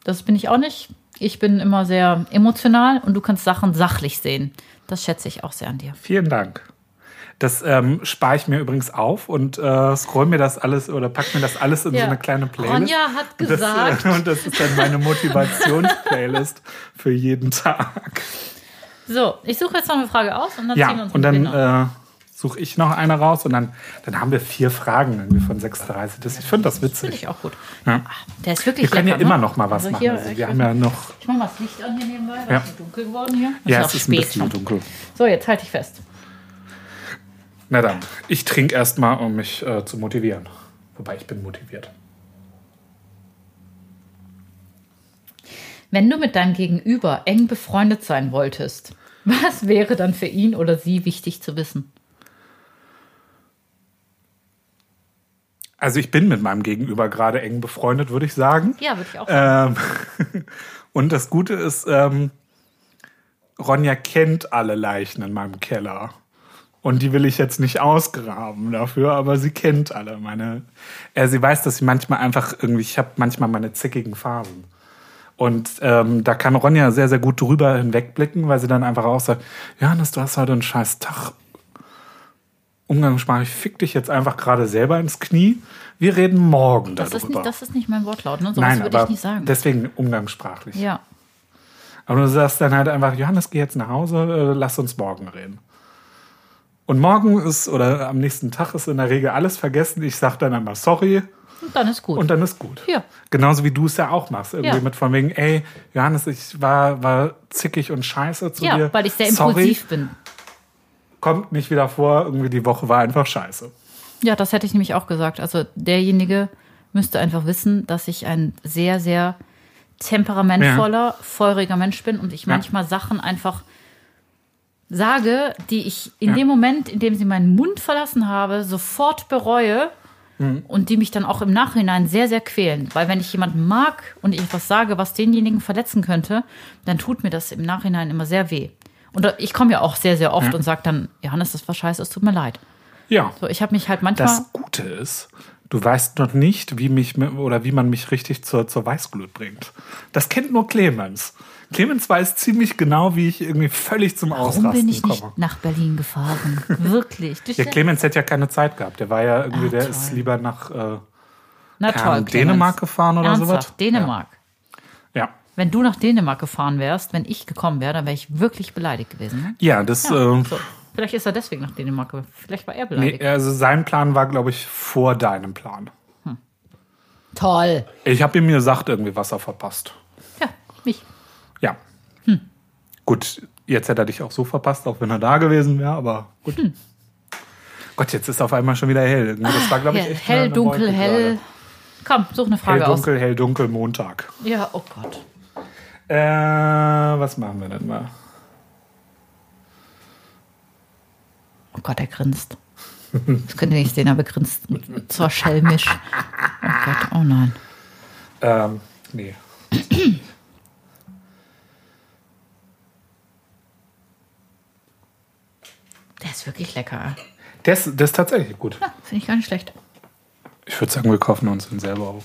Speaker 2: Das bin ich auch nicht. Ich bin immer sehr emotional und du kannst Sachen sachlich sehen. Das schätze ich auch sehr an dir.
Speaker 3: Vielen Dank. Das ähm, spare ich mir übrigens auf und äh, scroll mir das alles oder pack mir das alles in
Speaker 2: Ja.
Speaker 3: so eine kleine Playlist.
Speaker 2: Ronja hat
Speaker 3: Und das, äh,
Speaker 2: gesagt.
Speaker 3: und das ist dann meine Motivationsplaylist für jeden Tag.
Speaker 2: So, ich suche jetzt noch eine Frage aus und dann ziehen wir
Speaker 3: Ja,
Speaker 2: uns genau.
Speaker 3: und
Speaker 2: den
Speaker 3: dann
Speaker 2: Gewinner.
Speaker 3: äh, suche ich noch eine raus und dann, dann haben wir vier Fragen irgendwie von 36. Das, ich finde das
Speaker 2: Finde
Speaker 3: witzig.
Speaker 2: ich auch gut. Ah,
Speaker 3: Ja.
Speaker 2: Der ist wirklich
Speaker 3: Wir können ja
Speaker 2: lecker,
Speaker 3: immer
Speaker 2: ne?
Speaker 3: noch mal was
Speaker 2: Also
Speaker 3: machen.
Speaker 2: hier,
Speaker 3: Also
Speaker 2: ich
Speaker 3: wir
Speaker 2: weiß
Speaker 3: haben ja
Speaker 2: nicht.
Speaker 3: noch.
Speaker 2: Ich mach mal das Licht an hier nebenbei, weil
Speaker 3: Ja.
Speaker 2: es ist dunkel geworden hier.
Speaker 3: Ja,
Speaker 2: Also auch
Speaker 3: es ist ein
Speaker 2: spät
Speaker 3: bisschen
Speaker 2: schon.
Speaker 3: dunkel.
Speaker 2: So, jetzt halte ich fest.
Speaker 3: Na dann, ich trinke erstmal, um mich äh, zu motivieren. Wobei ich bin motiviert.
Speaker 2: Wenn du mit deinem Gegenüber eng befreundet sein wolltest, was wäre dann für ihn oder sie wichtig zu wissen?
Speaker 3: Also ich bin mit meinem Gegenüber gerade eng befreundet, würde ich sagen.
Speaker 2: Ja, würde ich auch sagen.
Speaker 3: Ähm, und das Gute ist, ähm, Ronja kennt alle Leichen in meinem Keller. Und die will ich jetzt nicht ausgraben dafür, aber sie kennt alle meine. Äh, sie weiß, dass ich manchmal einfach irgendwie, ich habe manchmal meine zickigen Phasen. Und ähm, da kann Ronja sehr, sehr gut drüber hinwegblicken, weil sie dann einfach auch sagt, Johannes, du hast heute einen scheiß Tag. Umgangssprachlich, fick dich jetzt einfach gerade selber ins Knie. Wir reden morgen
Speaker 2: Das ist,
Speaker 3: darüber.
Speaker 2: nicht, das ist nicht mein Wortlaut, ne? So
Speaker 3: Nein,
Speaker 2: was würde
Speaker 3: aber
Speaker 2: ich nicht sagen.
Speaker 3: deswegen umgangssprachlich.
Speaker 2: ja.
Speaker 3: Aber du sagst dann halt einfach, Johannes, geh jetzt nach Hause, äh, lass uns morgen reden. Und morgen ist, oder am nächsten Tag ist in der Regel alles vergessen. Ich sag dann einmal sorry
Speaker 2: Und dann ist gut.
Speaker 3: und dann ist gut.
Speaker 2: Ja.
Speaker 3: Genauso wie du es ja auch machst. Irgendwie
Speaker 2: Ja.
Speaker 3: mit von wegen, ey, Johannes, ich war, war zickig und scheiße zu
Speaker 2: ja,
Speaker 3: dir.
Speaker 2: weil ich sehr
Speaker 3: sorry,
Speaker 2: impulsiv bin.
Speaker 3: Kommt nicht wieder vor, irgendwie die Woche war einfach scheiße.
Speaker 2: Ja, das hätte ich nämlich auch gesagt. Also derjenige müsste einfach wissen, dass ich ein sehr, sehr temperamentvoller, feuriger Mensch bin und ich manchmal Sachen einfach sage, die ich in
Speaker 3: Ja.
Speaker 2: dem Moment, in dem sie meinen Mund verlassen habe, sofort bereue
Speaker 3: Mhm.
Speaker 2: und die mich dann auch im Nachhinein sehr, sehr quälen. Weil wenn ich jemanden mag und ich etwas sage, was denjenigen verletzen könnte, dann tut mir das im Nachhinein immer sehr weh. Und ich komme ja auch sehr, sehr oft und sage dann, Johannes, das war scheiße, es tut mir leid.
Speaker 3: Ja.
Speaker 2: So, ich habe mich halt manchmal.
Speaker 3: Das Gute ist, du weißt noch nicht, wie mich mi- oder wie man mich richtig zur, zur Weißglut bringt. Das kennt nur Clemens. Clemens weiß ziemlich genau, wie ich irgendwie völlig zum
Speaker 2: Warum
Speaker 3: Ausrasten
Speaker 2: bin ich
Speaker 3: komme.
Speaker 2: nicht nach Berlin gefahren? Wirklich. Du
Speaker 3: Ja,
Speaker 2: ste-
Speaker 3: Clemens hätte ja keine Zeit gehabt. Der war ja irgendwie,
Speaker 2: Ah,
Speaker 3: der
Speaker 2: toll.
Speaker 3: ist lieber nach äh,
Speaker 2: Na
Speaker 3: keine Ahnung,
Speaker 2: Clemens.
Speaker 3: Dänemark gefahren oder
Speaker 2: Ernsthaft,
Speaker 3: sowas.
Speaker 2: Dänemark.
Speaker 3: Ja. ja.
Speaker 2: Wenn du nach Dänemark gefahren wärst, wenn ich gekommen wäre, dann wäre ich wirklich beleidigt gewesen. Ne?
Speaker 3: Ja, das.
Speaker 2: Ja,
Speaker 3: äh,
Speaker 2: so. Vielleicht ist er deswegen nach Dänemark gefahren. Vielleicht war er beleidigt.
Speaker 3: nee, also sein Plan war, glaube ich, vor deinem Plan.
Speaker 2: Toll.
Speaker 3: Ich habe ihm gesagt, irgendwie was er verpasst.
Speaker 2: Ja, mich.
Speaker 3: Ja.
Speaker 2: Hm.
Speaker 3: Gut, jetzt hätte er dich auch so verpasst, auch wenn er da gewesen wäre, aber gut.
Speaker 2: Hm.
Speaker 3: Gott, jetzt ist auf einmal schon wieder hell. Ne, Das war, glaube ich,
Speaker 2: hell,
Speaker 3: echt
Speaker 2: hell
Speaker 3: eine
Speaker 2: dunkel,
Speaker 3: Wolke
Speaker 2: hell. Komm, such eine
Speaker 3: gerade.
Speaker 2: Frage
Speaker 3: Hell, dunkel, hell, dunkel, Montag.
Speaker 2: aus. Ja, oh Gott.
Speaker 3: Äh, was machen wir denn mal?
Speaker 2: Oh Gott, er grinst. Das könnt ihr nicht sehen, aber grinst. Zwar schelmisch. Oh Gott, oh nein.
Speaker 3: Ähm, nee.
Speaker 2: Der ist wirklich lecker.
Speaker 3: Das, das ist tatsächlich gut.
Speaker 2: Ja, Finde ich gar nicht schlecht.
Speaker 3: Ich würde sagen, wir kaufen uns den selber auf.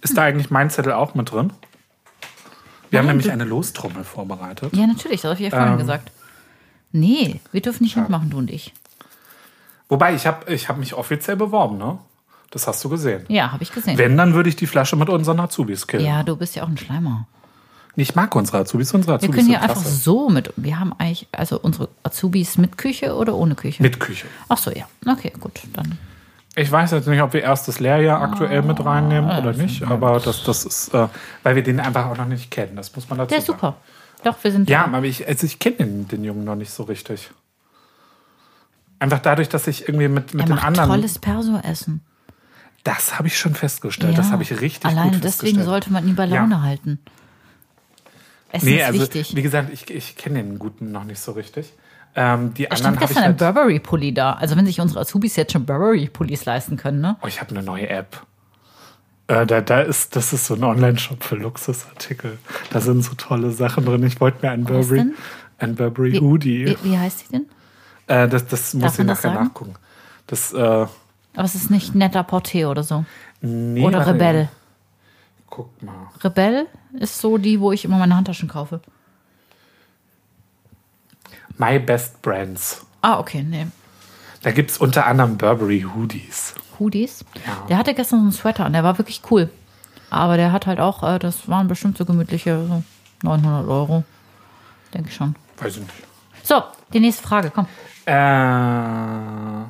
Speaker 3: Ist da
Speaker 2: Hm.
Speaker 3: eigentlich mein Zettel auch mit drin? Wir haben nämlich eine Lostrommel vorbereitet.
Speaker 2: Ja, natürlich, das habe ich ja vorhin
Speaker 3: Ähm.
Speaker 2: gesagt. Nee, wir dürfen nicht mitmachen, du und ich.
Speaker 3: Wobei, ich habe ich hab mich offiziell beworben, ne? Das hast du gesehen.
Speaker 2: Ja, habe ich gesehen.
Speaker 3: Wenn, dann würde ich die Flasche mit unseren Azubis killen.
Speaker 2: ja, du bist ja auch ein Schleimer.
Speaker 3: Ich mag unsere Azubis, unsere
Speaker 2: Wir
Speaker 3: Azubis
Speaker 2: können
Speaker 3: sind
Speaker 2: ja einfach
Speaker 3: klasse.
Speaker 2: so mit. Wir haben eigentlich, also unsere Azubis mit Küche oder ohne Küche?
Speaker 3: mit Küche.
Speaker 2: Ach so, ja. Okay, gut. Dann
Speaker 3: Ich weiß jetzt nicht, ob wir erst das Lehrjahr aktuell mit reinnehmen oder
Speaker 2: Ah,
Speaker 3: nicht, aber das, das ist, äh, weil wir den einfach auch noch nicht kennen. Das muss man dazu
Speaker 2: der ist
Speaker 3: sagen.
Speaker 2: super. Doch, wir sind.
Speaker 3: Ja, aber ich, also ich kenne den, den Jungen noch nicht so richtig. Einfach dadurch, dass ich irgendwie mit,
Speaker 2: er
Speaker 3: mit den
Speaker 2: macht
Speaker 3: anderen.
Speaker 2: tolles Perso-Essen.
Speaker 3: Das habe ich schon festgestellt. Das
Speaker 2: Ja.
Speaker 3: habe ich richtig
Speaker 2: Alleine
Speaker 3: gut festgestellt.
Speaker 2: deswegen sollte man ihn bei
Speaker 3: Ja.
Speaker 2: Laune halten. Essen
Speaker 3: nee,
Speaker 2: ist
Speaker 3: also,
Speaker 2: wichtig.
Speaker 3: Wie gesagt, ich, ich kenne den Guten noch nicht so richtig. Ähm, die
Speaker 2: Da
Speaker 3: anderen
Speaker 2: stand
Speaker 3: habe ich
Speaker 2: gestern ein
Speaker 3: halt,
Speaker 2: Burberry-Pulli da. Also, wenn sich unsere Azubis jetzt schon Burberry-Pullis leisten können, ne?
Speaker 3: Oh, ich habe eine neue App. Äh, da, da ist, das ist so ein Online-Shop für Luxusartikel. Da sind so tolle Sachen drin. Ich wollte mir einen
Speaker 2: Was
Speaker 3: Burberry,
Speaker 2: denn?
Speaker 3: einen Burberry
Speaker 2: Wie,
Speaker 3: Hoodie.
Speaker 2: wie, wie heißt die denn?
Speaker 3: Äh, das, das muss ich
Speaker 2: man das
Speaker 3: nachher
Speaker 2: sagen?
Speaker 3: nachgucken. Das, äh,
Speaker 2: Aber es ist nicht netter Porté oder so.
Speaker 3: nee, also-
Speaker 2: Oder
Speaker 3: warte,
Speaker 2: Rebell.
Speaker 3: Guck mal.
Speaker 2: Rebell ist so die, wo ich immer meine Handtaschen kaufe.
Speaker 3: My Best Brands.
Speaker 2: Ah, okay, nee.
Speaker 3: Da gibt es unter anderem Burberry Hoodies.
Speaker 2: Hoodies. Der hatte gestern so einen Sweater an, der war wirklich cool. Aber der hat halt auch, äh, das waren bestimmt so gemütliche so 900 Euro. Denke ich schon.
Speaker 3: Weiß ich nicht.
Speaker 2: So, So, die nächste Frage, komm.
Speaker 3: Äh,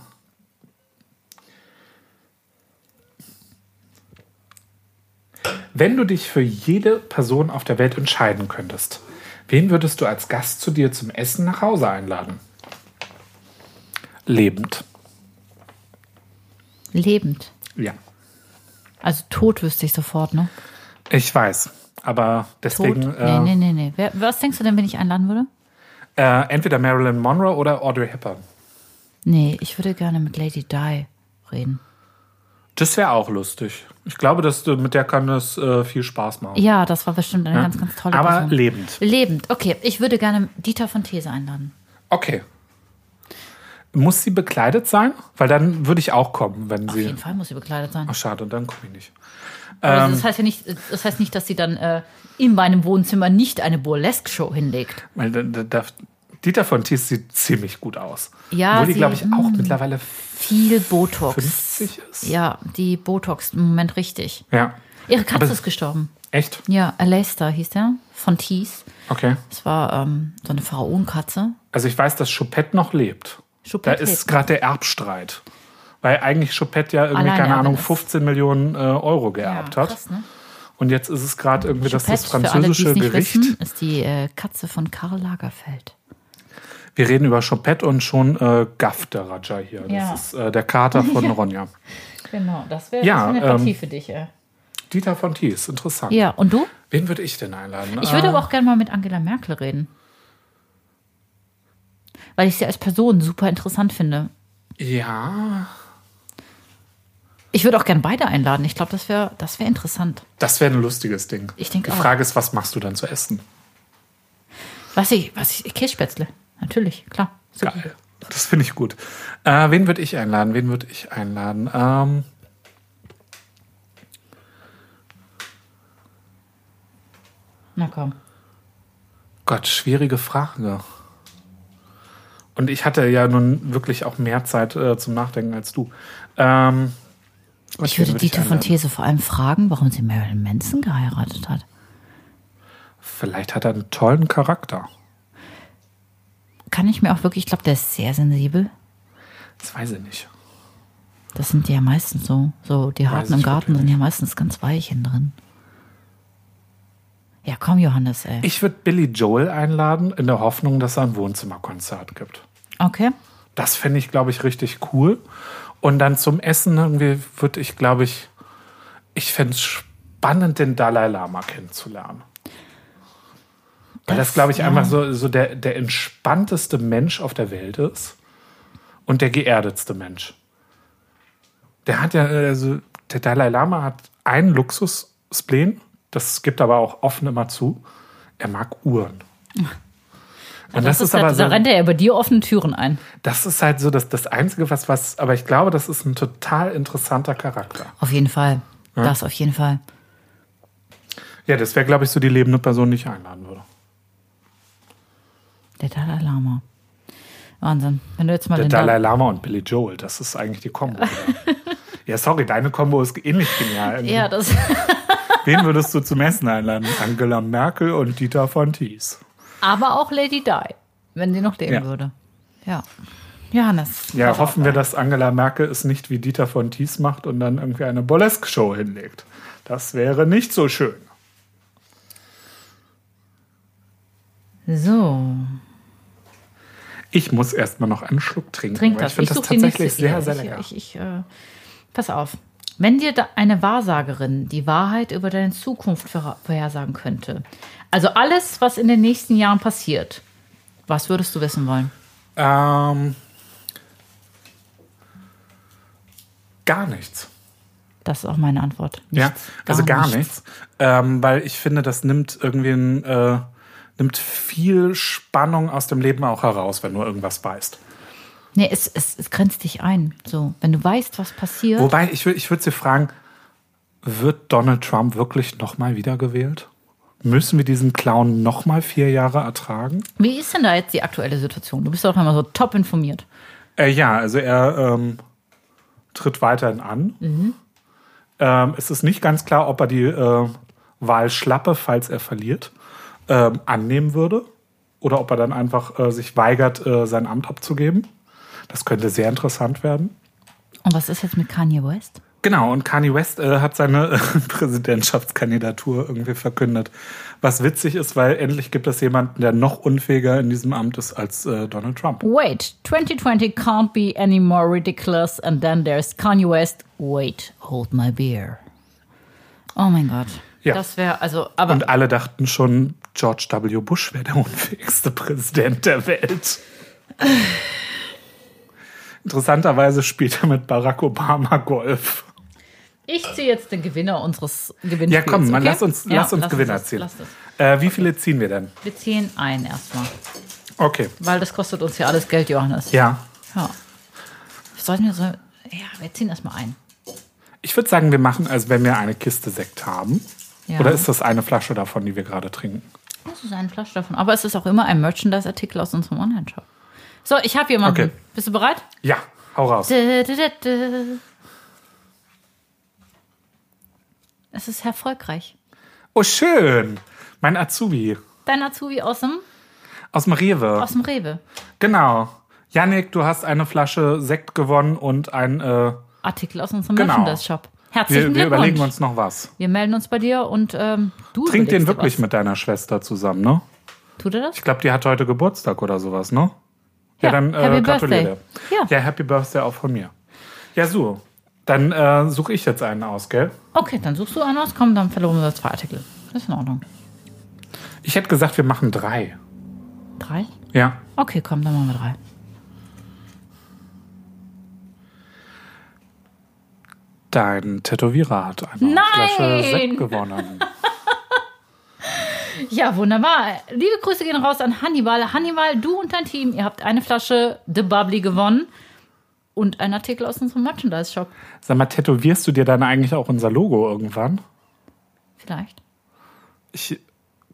Speaker 3: wenn du dich für jede Person auf der Welt entscheiden könntest, wen würdest du als Gast zu dir zum Essen nach Hause einladen? Lebend.
Speaker 2: Lebend.
Speaker 3: Ja.
Speaker 2: Also tot wüsste ich sofort, ne?
Speaker 3: Ich weiß. Aber
Speaker 2: Tot?
Speaker 3: deswegen
Speaker 2: nee,
Speaker 3: äh,
Speaker 2: nee, nee, nee. Wer, was denkst du denn, wenn ich einladen würde?
Speaker 3: Äh, entweder Marilyn Monroe oder Audrey Hepburn.
Speaker 2: Nee, ich würde gerne mit Lady Di reden.
Speaker 3: Das wäre auch lustig. Ich glaube, dass du, mit der kann es äh, viel Spaß machen.
Speaker 2: Ja, das war bestimmt eine ganz, ganz tolle
Speaker 3: Aber
Speaker 2: Person.
Speaker 3: lebend.
Speaker 2: Lebend, okay. Ich würde gerne Dieter von These einladen.
Speaker 3: Okay. Muss sie bekleidet sein? Weil dann würde ich auch kommen, wenn
Speaker 2: Auf jeden
Speaker 3: sie.
Speaker 2: Fall muss sie bekleidet sein.
Speaker 3: Ach, schade, dann komme ich nicht.
Speaker 2: Aber das heißt ja nicht, das heißt nicht, dass sie dann äh, in meinem Wohnzimmer nicht eine Burlesque-Show hinlegt.
Speaker 3: Weil da, da, da, Dieter von Thies sieht ziemlich gut aus.
Speaker 2: Ja,
Speaker 3: Obwohl die,
Speaker 2: sie- hm.
Speaker 3: glaube ich, auch mittlerweile
Speaker 2: Viel Botox.
Speaker 3: 50 ist.
Speaker 2: Ja, die Botox im Moment richtig.
Speaker 3: Ja.
Speaker 2: Ihre Katze
Speaker 3: Aber-
Speaker 2: ist gestorben.
Speaker 3: Echt?
Speaker 2: Ja, Aleister hieß der, von Thies.
Speaker 3: Okay.
Speaker 2: Das war ähm, so eine Pharaonenkatze.
Speaker 3: Also ich weiß, dass Choupette noch lebt.
Speaker 2: Choupette
Speaker 3: da ist
Speaker 2: lebt.
Speaker 3: gerade der Erbstreit. Weil eigentlich Choupette ja irgendwie,
Speaker 2: Alleine
Speaker 3: keine Ahnung,
Speaker 2: erben ist.
Speaker 3: 15 Millionen äh, Euro geerbt hat.
Speaker 2: krass, ne?
Speaker 3: Und jetzt ist es gerade irgendwie, dass das
Speaker 2: Choupette, für alle, die
Speaker 3: französische
Speaker 2: es nicht
Speaker 3: Gericht.
Speaker 2: Wissen, ist die äh, Katze von Karl Lagerfeld.
Speaker 3: Wir reden über Choupette und schon äh, Gaff der Raja hier. Das
Speaker 2: Ja.
Speaker 3: ist äh, der Kater von Ronja.
Speaker 2: Genau, das wäre
Speaker 3: Ja, das wär eine Partie ähm,
Speaker 2: für dich. äh.
Speaker 3: Dieter von Thies, interessant.
Speaker 2: Ja, und du?
Speaker 3: Wen würde ich denn einladen?
Speaker 2: Ich würde
Speaker 3: Äh,
Speaker 2: aber auch gerne mal mit Angela Merkel reden. Weil ich sie als Person super interessant finde.
Speaker 3: Ja,
Speaker 2: Ich würde auch gerne beide einladen. Ich glaube, das wäre das wär interessant.
Speaker 3: das wäre ein lustiges Ding.
Speaker 2: Ich denke
Speaker 3: Die
Speaker 2: auch.
Speaker 3: Frage ist, was machst du dann zu essen?
Speaker 2: Was ich, was ich, Kässpätzle. Natürlich, klar. Super.
Speaker 3: Geil. Das finde ich gut. Äh, wen würde ich einladen? Wen würde ich einladen? Ähm,
Speaker 2: Na komm.
Speaker 3: Gott, schwierige Frage. Und ich hatte ja nun wirklich auch mehr Zeit äh, zum Nachdenken als du. Ähm, Gott,
Speaker 2: Ich
Speaker 3: wen
Speaker 2: würde
Speaker 3: würd
Speaker 2: Dieter von
Speaker 3: einladen?
Speaker 2: These vor allem fragen, warum sie Marilyn Manson geheiratet hat.
Speaker 3: Vielleicht hat er einen tollen Charakter.
Speaker 2: Kann ich mir auch wirklich, ich glaube, der ist sehr sensibel.
Speaker 3: Das weiß ich nicht.
Speaker 2: Das sind die ja meistens so. So, die Harten im
Speaker 3: ich
Speaker 2: Garten sind
Speaker 3: wirklich
Speaker 2: ja meistens ganz weichen drin. Ja, komm, Johannes, ey.
Speaker 3: Ich würde Billy Joel einladen, in der Hoffnung, dass er ein Wohnzimmerkonzert gibt.
Speaker 2: Okay.
Speaker 3: Das fände ich, glaube ich, richtig cool. Und dann zum Essen irgendwie würde ich, glaube ich, ich fände es spannend, den Dalai Lama kennenzulernen. Weil das,
Speaker 2: Das,
Speaker 3: glaube ich,
Speaker 2: ja.
Speaker 3: einfach so, so der, der entspannteste Mensch auf der Welt ist und der geerdetste Mensch. Der hat ja, äh, also der Dalai Lama hat einen Luxus-Spleen, das gibt aber auch offen immer zu. Er mag Uhren. Und das, ist,
Speaker 2: halt,
Speaker 3: aber
Speaker 2: da
Speaker 3: so,
Speaker 2: rennt er ja bei dir offene Türen ein.
Speaker 3: das ist halt so das, das Einzige, was, was, aber ich glaube, das ist ein total interessanter Charakter.
Speaker 2: Auf jeden Fall. Das auf jeden Fall.
Speaker 3: Ja, das wäre, glaube ich, so die lebende Person, die ich einladen würde.
Speaker 2: Der Dalai Lama. Wahnsinn. Wenn du jetzt mal
Speaker 3: Der
Speaker 2: den
Speaker 3: Dalai
Speaker 2: Dalai
Speaker 3: Lama und Billy Joel, das ist eigentlich die Kombo. oder? ja, sorry, deine Kombo ist ähnlich genial.
Speaker 2: Ja, das.
Speaker 3: Wen würdest du zum Essen einladen? Angela Merkel und Dieter von Thies.
Speaker 2: Aber auch Lady Di, wenn sie noch leben
Speaker 3: Ja.
Speaker 2: würde. Ja. Johannes.
Speaker 3: Ja,
Speaker 2: pass auf.
Speaker 3: hoffen wir, dass Angela Merkel es nicht wie Dieter von Thies macht und dann irgendwie eine Burlesque-Show hinlegt. Das wäre nicht so schön.
Speaker 2: So.
Speaker 3: Ich muss erstmal noch einen Schluck trinken.
Speaker 2: Trink
Speaker 3: weil
Speaker 2: das.
Speaker 3: Ich finde das
Speaker 2: such die
Speaker 3: tatsächlich
Speaker 2: nächste-
Speaker 3: sehr,
Speaker 2: Ja,
Speaker 3: sehr
Speaker 2: ich-
Speaker 3: lecker.
Speaker 2: Ich, ich, äh, pass auf. Wenn dir da eine Wahrsagerin die Wahrheit über deine Zukunft verra- vorhersagen könnte, also alles, was in den nächsten Jahren passiert, was würdest du wissen wollen?
Speaker 3: Ähm, gar nichts.
Speaker 2: Das ist auch meine Antwort.
Speaker 3: Ja,
Speaker 2: Nichts.
Speaker 3: also gar nichts. Ähm, weil ich finde, das nimmt irgendwie ein, äh, nimmt viel Spannung aus dem Leben auch heraus, wenn du irgendwas weißt.
Speaker 2: Nee, es, es, es grenzt dich ein. So, wenn du weißt, was passiert.
Speaker 3: Wobei, ich, wür- ich würde Sie fragen, wird Donald Trump wirklich nochmal wiedergewählt? Müssen wir diesen Clown nochmal vier Jahre ertragen?
Speaker 2: Wie ist denn da jetzt die aktuelle Situation? Du bist doch immer so top informiert.
Speaker 3: Äh, ja, also er ähm, tritt weiterhin an. Ähm, es ist nicht ganz klar, ob er die äh, Wahl schlappe, falls er verliert, ähm, annehmen würde oder ob er dann einfach äh, sich weigert, äh, sein Amt abzugeben. Das könnte sehr interessant werden.
Speaker 2: Und was ist jetzt mit Kanye West?
Speaker 3: Genau, und Kanye West äh, hat seine äh, Präsidentschaftskandidatur irgendwie verkündet. Was witzig ist, weil endlich gibt es jemanden, der noch unfähiger in diesem Amt ist als äh, Donald Trump.
Speaker 2: Wait, 2020 can't be any more ridiculous. And then there's Kanye West. Wait, hold my beer. Oh mein Gott.
Speaker 3: Ja.
Speaker 2: Das wäre, also, aber
Speaker 3: Und alle dachten schon, George W. Bush wäre der unfähigste Präsident der Welt. Interessanterweise spielt er mit Barack Obama Golf.
Speaker 2: ich ziehe jetzt den Gewinner unseres Gewinnspiels.
Speaker 3: Ja, komm, man,
Speaker 2: okay?
Speaker 3: lass uns,
Speaker 2: Ja,
Speaker 3: lass uns Gewinner
Speaker 2: das,
Speaker 3: ziehen.
Speaker 2: Lass das.
Speaker 3: Äh, wie viele ziehen wir denn?
Speaker 2: Wir ziehen einen erstmal,
Speaker 3: Okay,
Speaker 2: weil das kostet uns ja alles Geld, Johannes.
Speaker 3: ja.
Speaker 2: Ja. Sollten wir so. Ja, wir ziehen erstmal ein.
Speaker 3: Ich würde sagen, wir machen, als wenn wir eine Kiste Sekt haben.
Speaker 2: Ja.
Speaker 3: Oder ist das eine Flasche davon, die wir gerade trinken?
Speaker 2: Das ist eine Flasche davon. Aber es ist auch immer ein Merchandise-Artikel aus unserem Online-Shop. So, ich habe jemanden.
Speaker 3: Okay.
Speaker 2: Bist du bereit?
Speaker 3: Ja, hau raus.
Speaker 2: Dä, dä, dä, dä. Es ist erfolgreich.
Speaker 3: Oh, schön. Mein Azubi
Speaker 2: Dein Azubi aus dem,
Speaker 3: aus dem Rewe.
Speaker 2: aus dem Rewe.
Speaker 3: genau. Yannick, du hast eine Flasche Sekt gewonnen und ein. Äh,
Speaker 2: Artikel aus unserem
Speaker 3: Genau.
Speaker 2: Merchandise-Shop. Herzlichen
Speaker 3: wir, wir
Speaker 2: Glückwunsch.
Speaker 3: überlegen uns noch was.
Speaker 2: wir melden uns bei dir und ähm, du
Speaker 3: Trink
Speaker 2: überlegst
Speaker 3: den
Speaker 2: dir
Speaker 3: wirklich
Speaker 2: was.
Speaker 3: mit deiner Schwester zusammen, ne?
Speaker 2: Tut er das?
Speaker 3: Ich glaube, die hat heute Geburtstag oder sowas, ne? Ja, dann äh,
Speaker 2: Happy
Speaker 3: gratuliere.
Speaker 2: Birthday. Ja.
Speaker 3: ja, Happy Birthday auch von mir. Ja, so. Dann äh, suche ich jetzt einen aus, gell?
Speaker 2: Okay, dann suchst du einen aus, komm, dann verloren wir zwei Artikel. Das ist in Ordnung.
Speaker 3: Ich hätte gesagt, wir machen drei.
Speaker 2: Drei?
Speaker 3: Ja.
Speaker 2: Okay, komm, dann machen wir drei.
Speaker 3: Dein Tätowierer hat eine
Speaker 2: Nein!
Speaker 3: Flasche Sekt gewonnen.
Speaker 2: Ja, wunderbar. Liebe Grüße gehen raus an Hannibal. Hannibal, du und dein Team, ihr habt eine Flasche The Bubbly gewonnen und einen Artikel aus unserem Merchandise-Shop.
Speaker 3: Sag mal, tätowierst du dir dann eigentlich auch unser Logo irgendwann?
Speaker 2: Vielleicht.
Speaker 3: Ich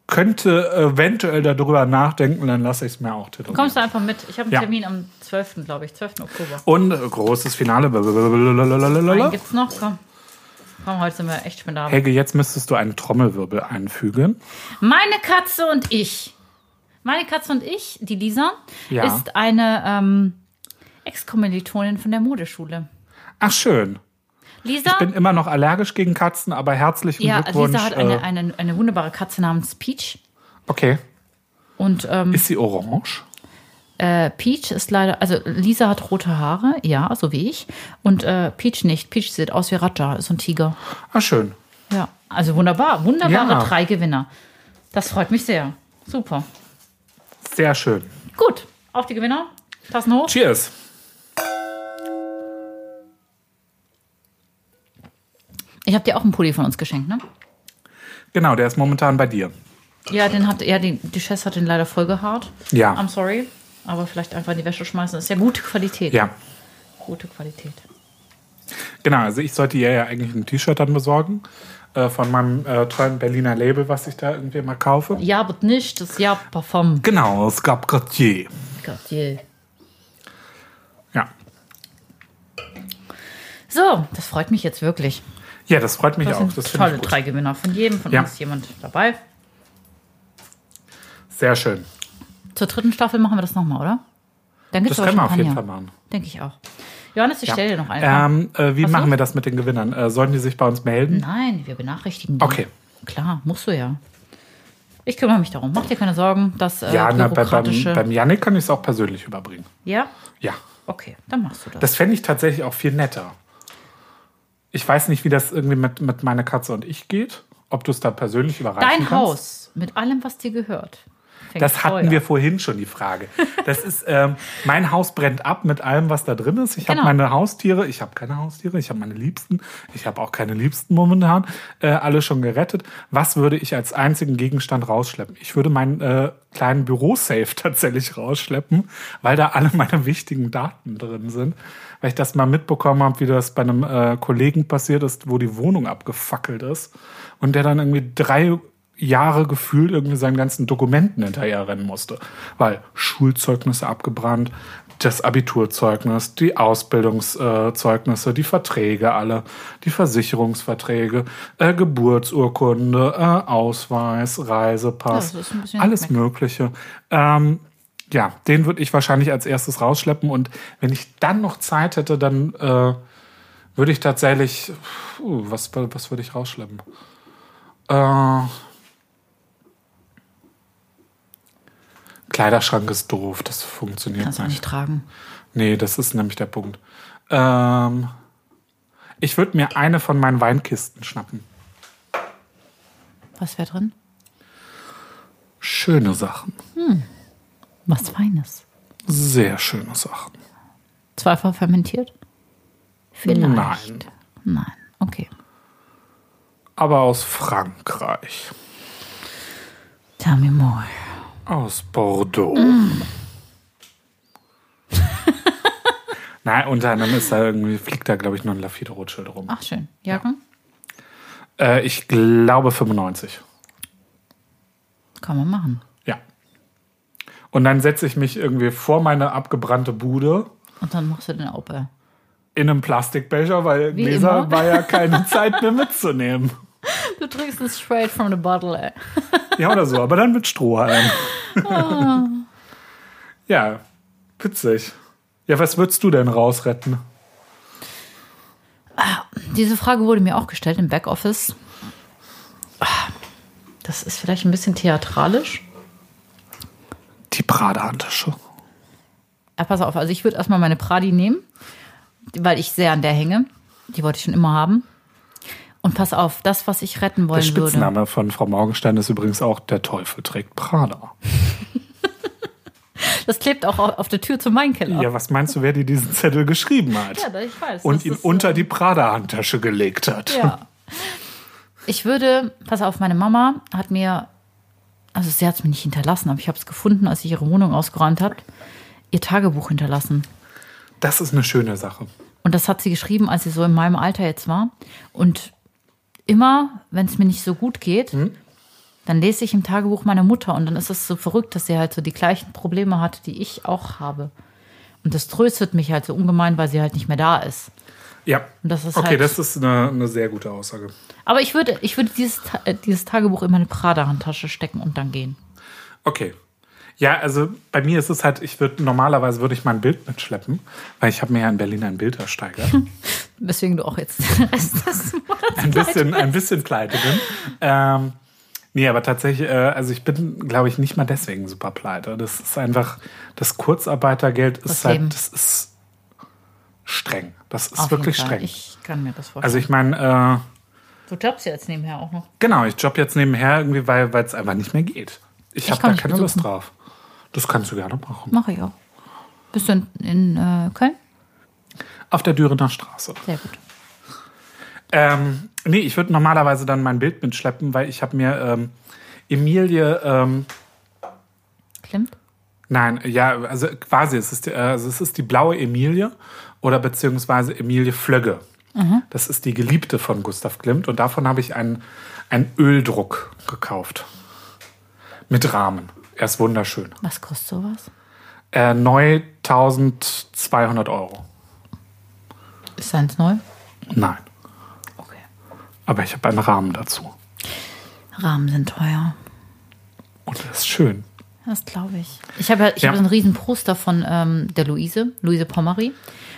Speaker 3: könnte eventuell darüber nachdenken, dann lasse ich es mir auch tätowieren.
Speaker 2: Kommst du einfach mit? Ich habe einen
Speaker 3: Ja.
Speaker 2: Termin am 12., glaube ich, 12. Oktober.
Speaker 3: Und äh, großes Finale.
Speaker 2: Einen gibt's noch? Komm. Komm, heute sind wir echt spendabel.
Speaker 3: Helge, jetzt müsstest du einen Trommelwirbel einfügen.
Speaker 2: Meine Katze und ich. Meine Katze und ich, die Lisa,
Speaker 3: Ja.
Speaker 2: ist eine ähm, Ex-Kommilitonin von der Modeschule.
Speaker 3: Ach, schön.
Speaker 2: Lisa,
Speaker 3: Bin immer noch allergisch gegen Katzen, aber herzlichen
Speaker 2: ja,
Speaker 3: Glückwunsch.
Speaker 2: Lisa hat eine,
Speaker 3: äh,
Speaker 2: eine, eine wunderbare Katze namens Peach.
Speaker 3: okay.
Speaker 2: Und ähm,
Speaker 3: Ist sie orange?
Speaker 2: Äh, Peach ist leider, also Lisa hat rote Haare, ja, so wie ich. Und äh, Peach nicht. Peach sieht aus wie Raja, ist so ein Tiger.
Speaker 3: Ah, schön.
Speaker 2: Ja, also wunderbar, wunderbare
Speaker 3: Ja.
Speaker 2: drei Gewinner. Das freut mich sehr. Super.
Speaker 3: Sehr schön.
Speaker 2: Gut, auf die Gewinner. Tassen hoch.
Speaker 3: Cheers.
Speaker 2: Ich habe dir auch einen Pulli von uns geschenkt, ne?
Speaker 3: Genau, der ist momentan bei dir.
Speaker 2: Ja, den hat, ja, den, die Chess hat den leider vollgehaart.
Speaker 3: Ja.
Speaker 2: I'm sorry. Aber vielleicht einfach in die Wäsche schmeißen. Das ist ja gute Qualität.
Speaker 3: Ja.
Speaker 2: Gute Qualität.
Speaker 3: Genau, also ich sollte ihr ja eigentlich ein T-Shirt dann besorgen. Äh, von meinem äh, tollen Berliner Label, was ich da irgendwie mal kaufe.
Speaker 2: Ja, aber nicht. Das ja Parfum.
Speaker 3: Genau, es gab Cartier.
Speaker 2: Gott, je.
Speaker 3: Ja.
Speaker 2: So, das freut mich jetzt wirklich.
Speaker 3: Ja, das freut mich
Speaker 2: Das
Speaker 3: auch.
Speaker 2: sind
Speaker 3: Das finde
Speaker 2: tolle
Speaker 3: ich gut.
Speaker 2: drei Gewinner. Von jedem von
Speaker 3: Ja.
Speaker 2: uns jemand dabei.
Speaker 3: Sehr schön.
Speaker 2: Zur dritten Staffel machen wir das nochmal, oder? Dann gibt's
Speaker 3: Das
Speaker 2: aber
Speaker 3: können wir auf jeden
Speaker 2: Champagner.
Speaker 3: Fall machen.
Speaker 2: Denke ich auch. Johannes, ich
Speaker 3: Ja.
Speaker 2: stelle dir noch eine.
Speaker 3: Ähm, äh, wie
Speaker 2: Hast du?
Speaker 3: machen wir das mit den Gewinnern? Äh, sollen die sich bei uns melden?
Speaker 2: Nein, wir benachrichtigen die.
Speaker 3: Okay.
Speaker 2: Klar, musst du ja. Ich kümmere mich darum. Mach dir keine Sorgen, dass äh,
Speaker 3: ja, na, bei, beim,
Speaker 2: bürokratische...
Speaker 3: beim Yannick kann ich es auch persönlich überbringen.
Speaker 2: ja?
Speaker 3: Ja,
Speaker 2: Okay, dann machst du das.
Speaker 3: das fände ich tatsächlich auch viel netter. Ich weiß nicht, wie das irgendwie mit, mit meiner Katze und ich geht. Ob du es da persönlich überreichen
Speaker 2: Dein
Speaker 3: kannst.
Speaker 2: Haus mit allem, was dir gehört. fängt
Speaker 3: Das hatten
Speaker 2: Feuer.
Speaker 3: wir vorhin schon, die Frage. Das ist, ähm, mein Haus brennt ab mit allem, was da drin ist. Ich habe
Speaker 2: Genau.
Speaker 3: meine Haustiere, ich habe keine Haustiere, ich habe meine Liebsten, ich habe auch keine Liebsten momentan, äh, alle schon gerettet. Was würde ich als einzigen Gegenstand rausschleppen? Ich würde meinen äh, kleinen Bürosafe tatsächlich rausschleppen, weil da alle meine wichtigen Daten drin sind. Weil ich das mal mitbekommen habe, wie das bei einem äh, Kollegen passiert ist, wo die Wohnung abgefackelt ist und der dann irgendwie drei Jahre gefühlt irgendwie seinen ganzen Dokumenten hinterher rennen musste. Weil Schulzeugnisse abgebrannt, das Abiturzeugnis, die Ausbildungszeugnisse, die Verträge alle, die Versicherungsverträge, äh, Geburtsurkunde, äh, Ausweis, Reisepass,
Speaker 2: Ja, das ist ein bisschen
Speaker 3: alles
Speaker 2: weg.
Speaker 3: Mögliche. Ähm, ja, den würde ich wahrscheinlich als erstes rausschleppen und wenn ich dann noch Zeit hätte, dann äh, würde ich tatsächlich, uh, was, was würde ich rausschleppen? Äh, Kleiderschrank ist doof, das funktioniert
Speaker 2: Kannst du auch
Speaker 3: nicht.
Speaker 2: nicht tragen.
Speaker 3: Nee, das ist nämlich der Punkt. Ähm, ich würde mir eine von meinen Weinkisten schnappen.
Speaker 2: Was wäre drin?
Speaker 3: Schöne Sachen.
Speaker 2: Was Feines.
Speaker 3: Sehr schöne Sachen.
Speaker 2: Zweifach fermentiert? Vielleicht.
Speaker 3: Nein.
Speaker 2: Nein. Okay.
Speaker 3: Aber aus Frankreich.
Speaker 2: Tell me more.
Speaker 3: Aus Bordeaux.
Speaker 2: Mm.
Speaker 3: Nein, unter anderem ist da irgendwie, fliegt da, glaube ich, noch ein Lafite Rothschild rum.
Speaker 2: Ach, schön. Jahrgang?
Speaker 3: Äh, ich glaube 95.
Speaker 2: Kann man machen.
Speaker 3: Ja. Und dann setze ich mich irgendwie vor meine abgebrannte Bude
Speaker 2: Und dann machst du den Auber.
Speaker 3: in einem Plastikbecher, weil
Speaker 2: Wie
Speaker 3: Gläser
Speaker 2: immer.
Speaker 3: war ja keine Zeit mehr mitzunehmen.
Speaker 2: Du trinkst es straight from the bottle, ey.
Speaker 3: Ja, oder so, aber dann mit Strohhalm.
Speaker 2: Ah.
Speaker 3: ja, witzig. Ja, was würdest du denn rausretten?
Speaker 2: Diese Frage wurde mir auch gestellt im Backoffice. Ah, Das ist vielleicht ein bisschen theatralisch.
Speaker 3: Die Prada-Handtasche.
Speaker 2: Ja, pass auf, also ich würde erstmal meine Pradi nehmen, weil ich sehr an der hänge. Die wollte ich schon immer haben. Und pass auf, das, was ich retten
Speaker 3: Der
Speaker 2: wollen würde.
Speaker 3: Spitzname von Frau Morgenstein ist übrigens auch Der Teufel trägt Prada.
Speaker 2: Das klebt auch auf der Tür zu meinem Keller.
Speaker 3: Ja, was meinst du, wer dir diesen Zettel geschrieben hat?
Speaker 2: Ja, ich weiß.
Speaker 3: und
Speaker 2: das
Speaker 3: ihn
Speaker 2: ist, ähm,
Speaker 3: unter die Prada-Handtasche gelegt hat.
Speaker 2: Ja. Ich würde, pass auf, meine Mama hat mir, also sie hat es mir nicht hinterlassen, aber ich habe es gefunden, als sie ihre Wohnung ausgeräumt hat, ihr Tagebuch hinterlassen.
Speaker 3: Das ist eine schöne Sache.
Speaker 2: Und das hat sie geschrieben, als sie so in meinem Alter jetzt war. Und immer, wenn es mir nicht so gut geht, dann lese ich im Tagebuch meiner Mutter. Und dann ist es so verrückt, dass sie halt so die gleichen Probleme hat, die ich auch habe. Und das tröstet mich halt so ungemein, weil sie halt nicht mehr da ist.
Speaker 3: Ja.
Speaker 2: Und das ist
Speaker 3: okay,
Speaker 2: halt-
Speaker 3: das ist eine, eine sehr gute Aussage.
Speaker 2: Aber ich würde, ich würde dieses, Ta äh, dieses Tagebuch in meine Prada-Handtasche stecken und dann gehen.
Speaker 3: Okay. Ja, also bei mir ist es halt, ich würde normalerweise würde ich mein Bild mitschleppen, weil ich habe mir ja in Berlin ein Bild ersteigert.
Speaker 2: Weswegen du auch jetzt den Rest des Monats
Speaker 3: ein bisschen, ein bisschen pleite bin. Ähm, nee, aber tatsächlich, äh, also ich bin, glaube ich, nicht mal deswegen super pleite. Das ist einfach, das Kurzarbeitergeld ist
Speaker 2: Das
Speaker 3: halt,
Speaker 2: Leben.
Speaker 3: das ist streng. Das ist
Speaker 2: Auf jeden
Speaker 3: wirklich
Speaker 2: Fall.
Speaker 3: streng.
Speaker 2: Ich kann mir das vorstellen.
Speaker 3: also ich meine, äh,
Speaker 2: du jobbst ja jetzt nebenher auch noch.
Speaker 3: Genau, ich job jetzt nebenher irgendwie, weil es einfach nicht mehr geht. Ich
Speaker 2: Ich
Speaker 3: habe
Speaker 2: komm
Speaker 3: da
Speaker 2: dich
Speaker 3: keine
Speaker 2: besuchen.
Speaker 3: Lust drauf. Das kannst du gerne machen.
Speaker 2: Mache ich auch. Bist du in, in äh, Köln?
Speaker 3: Auf der Dürener Straße.
Speaker 2: Sehr gut.
Speaker 3: Ähm, nee, ich würde normalerweise dann mein Bild mitschleppen, weil ich habe mir ähm, Emilie, ähm,
Speaker 2: Klemmt?
Speaker 3: nein, ja, also quasi, es ist, die- äh, also es ist die blaue Emilie oder beziehungsweise Emilie Flögge. Das ist die Geliebte von Gustav Klimt und davon habe ich einen, einen Öldruck gekauft. Mit Rahmen. Er ist wunderschön.
Speaker 2: Was kostet sowas?
Speaker 3: Äh, neu 1200 Euro.
Speaker 2: Ist eins neu?
Speaker 3: Nein,
Speaker 2: Okay.
Speaker 3: aber ich habe einen Rahmen dazu.
Speaker 2: Rahmen sind teuer.
Speaker 3: Und das ist schön.
Speaker 2: Das glaube ich. Ich habe ja, ich
Speaker 3: Ja.
Speaker 2: habe so einen riesen Poster von ähm, der Luise, Luise Pommery.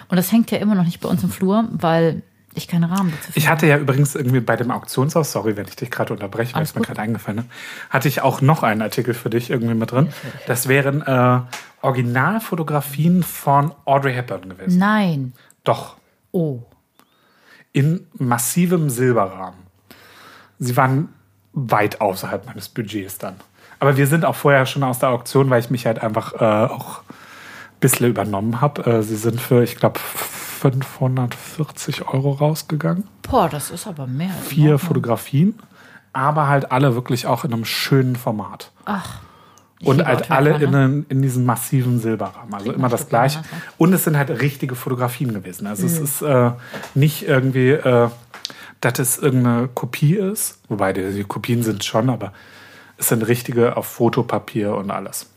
Speaker 2: Und das hängt ja immer noch nicht bei uns im Flur, weil ich keine Rahmen dazu finde.
Speaker 3: Ich hatte ja übrigens irgendwie bei dem Auktionshaus, sorry, wenn ich dich gerade unterbreche, weil
Speaker 2: Alles
Speaker 3: es mir
Speaker 2: gut.
Speaker 3: gerade eingefallen ist, hatte ich auch noch einen Artikel für dich irgendwie mit drin. Das wären äh, Originalfotografien von Audrey Hepburn gewesen.
Speaker 2: Nein.
Speaker 3: Doch,
Speaker 2: Oh.
Speaker 3: in massivem Silberrahmen. Sie waren weit außerhalb meines Budgets dann. Aber wir sind auch vorher schon aus der Auktion, weil ich mich halt einfach äh, auch ein bisschen übernommen habe. Äh, sie sind für, ich glaube, 540 Euro rausgegangen.
Speaker 2: Boah, das ist aber mehr. als
Speaker 3: Vier
Speaker 2: normal.
Speaker 3: Fotografien, aber halt alle wirklich auch in einem schönen Format.
Speaker 2: Ach. ich
Speaker 3: Und
Speaker 2: liebe
Speaker 3: halt
Speaker 2: Outdoor
Speaker 3: alle
Speaker 2: Planner.
Speaker 3: in, einem- in diesem massiven Silberrahmen. Also
Speaker 2: Kriegt
Speaker 3: immer
Speaker 2: man
Speaker 3: das
Speaker 2: Stück Ananas,
Speaker 3: gleiche.
Speaker 2: ne?
Speaker 3: Und es sind halt richtige Fotografien gewesen. Also
Speaker 2: Mhm.
Speaker 3: es ist äh, nicht irgendwie, äh, dass es irgendeine Kopie ist. Wobei die, die Kopien sind schon, aber es sind richtige auf Fotopapier und alles.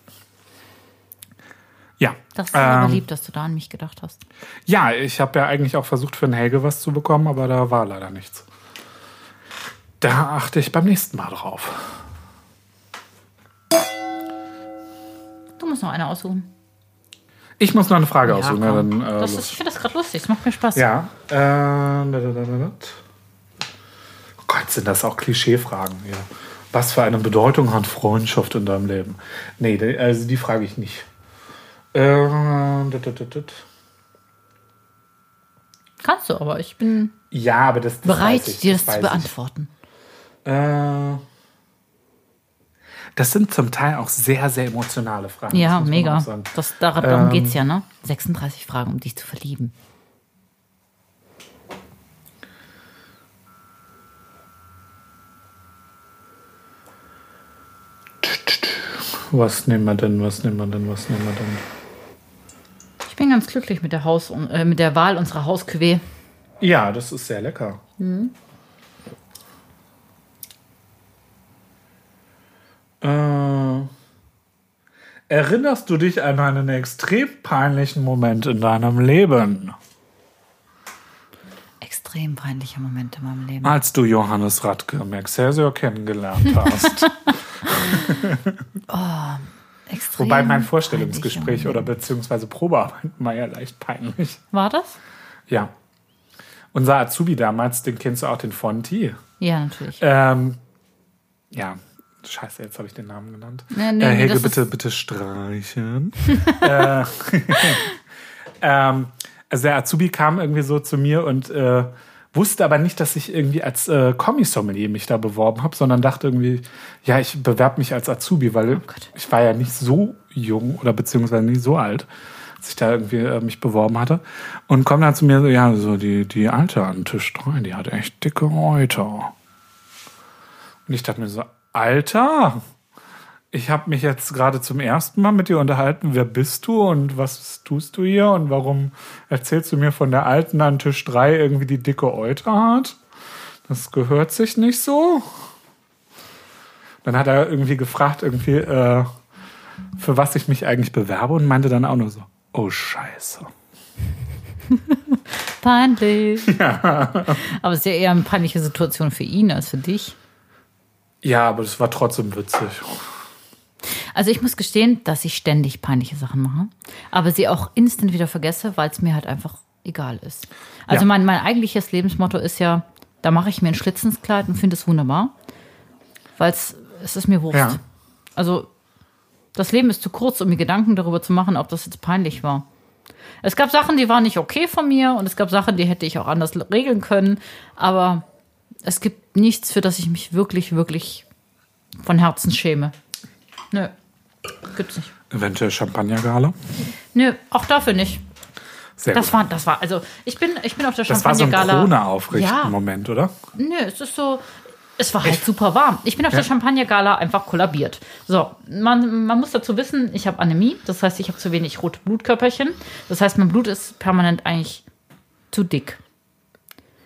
Speaker 3: Ja.
Speaker 2: Das ist
Speaker 3: Ähm.
Speaker 2: aber lieb, dass du da an mich gedacht hast.
Speaker 3: Ja, ich habe ja eigentlich auch versucht, für den Helge was zu bekommen, aber da war leider nichts. Da achte ich beim nächsten Mal drauf.
Speaker 2: Du musst noch eine aussuchen.
Speaker 3: Ich muss noch eine Frage aussuchen. Ja,
Speaker 2: komm.
Speaker 3: dann, äh,
Speaker 2: das
Speaker 3: los.
Speaker 2: ist, ich finde das gerade lustig. Es macht mir Spaß.
Speaker 3: ja. Äh, da, da, da, da, da. Oh Gott, sind das auch Klischeefragen hier. Was für eine Bedeutung hat Freundschaft in deinem Leben? Nee, die- also die frage ich nicht. Äh, da, da, da, da.
Speaker 2: Kannst du, aber ich bin
Speaker 3: Ja, aber das, das
Speaker 2: bereit,
Speaker 3: weiß ich,
Speaker 2: dir das zu
Speaker 3: weiß ich.
Speaker 2: beantworten.
Speaker 3: Äh, Das sind zum Teil auch sehr, sehr emotionale Fragen.
Speaker 2: Ja,
Speaker 3: das muss man auch
Speaker 2: mega.
Speaker 3: sagen.
Speaker 2: Das, daran, darum
Speaker 3: Ähm.
Speaker 2: geht's ja, ne? 36 Fragen, um dich zu verlieben.
Speaker 3: Was nehmen wir denn, was nehmen wir denn, was nehmen wir denn?
Speaker 2: Ich bin ganz glücklich mit der, Haus, äh, mit der Wahl unserer Hausküwe.
Speaker 3: Ja, das ist sehr lecker. Äh, erinnerst du dich an einen extrem peinlichen Moment in deinem Leben?
Speaker 2: Extrem peinlicher Moment in meinem Leben.
Speaker 3: Als du Johannes Radke im Excelsior kennengelernt hast.
Speaker 2: Extrem
Speaker 3: Wobei mein
Speaker 2: peinlicher
Speaker 3: Vorstellungsgespräch oder
Speaker 2: Moment.
Speaker 3: beziehungsweise Probearbeit war ja leicht peinlich.
Speaker 2: War das?
Speaker 3: Ja. Unser Azubi damals, den kennst du auch, den Fonti.
Speaker 2: Ja, natürlich.
Speaker 3: Ähm, ja, scheiße, jetzt habe ich den Namen genannt.
Speaker 2: Nee, nee,
Speaker 3: äh,
Speaker 2: nee,
Speaker 3: Helge,
Speaker 2: das
Speaker 3: bitte,
Speaker 2: ist-
Speaker 3: bitte streichen. äh, ähm, also der Azubi kam irgendwie so zu mir und äh, wusste aber nicht, dass ich irgendwie als äh, Kommissommelier mich da beworben habe, sondern dachte irgendwie, ja, ich bewerbe mich als Azubi, weil
Speaker 2: Gott.
Speaker 3: ich war ja nicht so jung oder beziehungsweise nicht so alt, dass ich da irgendwie äh, mich beworben hatte. Und kommt dann zu mir so, ja, so die, die Alte an Tisch 3, die hat echt dicke Reuter. Und ich dachte mir so, Alter, ich habe mich jetzt gerade zum ersten Mal mit dir unterhalten. Wer bist du und was tust du hier und warum erzählst du mir von der Alten an Tisch 3 irgendwie die dicke Euter hat? Das gehört sich nicht so. Dann hat er irgendwie gefragt, irgendwie, äh, für was ich mich eigentlich bewerbe und meinte dann auch nur so, oh Scheiße.
Speaker 2: Peinlich. Aber es ist ja eher eine peinliche Situation für ihn als für dich.
Speaker 3: Ja, aber das war trotzdem witzig.
Speaker 2: Also ich muss gestehen, dass ich ständig peinliche Sachen mache, aber sie auch instant wieder vergesse, weil es mir halt einfach egal ist. Also
Speaker 3: Ja.
Speaker 2: mein, mein eigentliches Lebensmotto ist ja, da mache ich mir ein Schlitz ins Kleid und finde es wunderbar, weil es es ist mir wurscht.
Speaker 3: Ja.
Speaker 2: Also das Leben ist zu kurz, um mir Gedanken darüber zu machen, ob das jetzt peinlich war. Es gab Sachen, die waren nicht okay von mir und es gab Sachen, die hätte ich auch anders regeln können, aber es gibt nichts, für das ich mich wirklich, wirklich von Herzen schäme. Nö. Gibt's nicht.
Speaker 3: Eventuell Champagnergala.
Speaker 2: Nö, auch dafür nicht.
Speaker 3: Sehr
Speaker 2: Das
Speaker 3: gut.
Speaker 2: war, das war, also ich bin, ich bin auf der
Speaker 3: Das war so ein
Speaker 2: Champagnergala. Ja,
Speaker 3: Krone-Aufrichten-Moment, oder?
Speaker 2: nö, es ist so, es war halt super warm. Ich bin auf der Champagnergala einfach kollabiert. So, man, man muss dazu wissen, ich habe Anämie, das heißt, ich habe zu wenig rote Blutkörperchen. Das heißt, mein Blut ist permanent eigentlich zu dick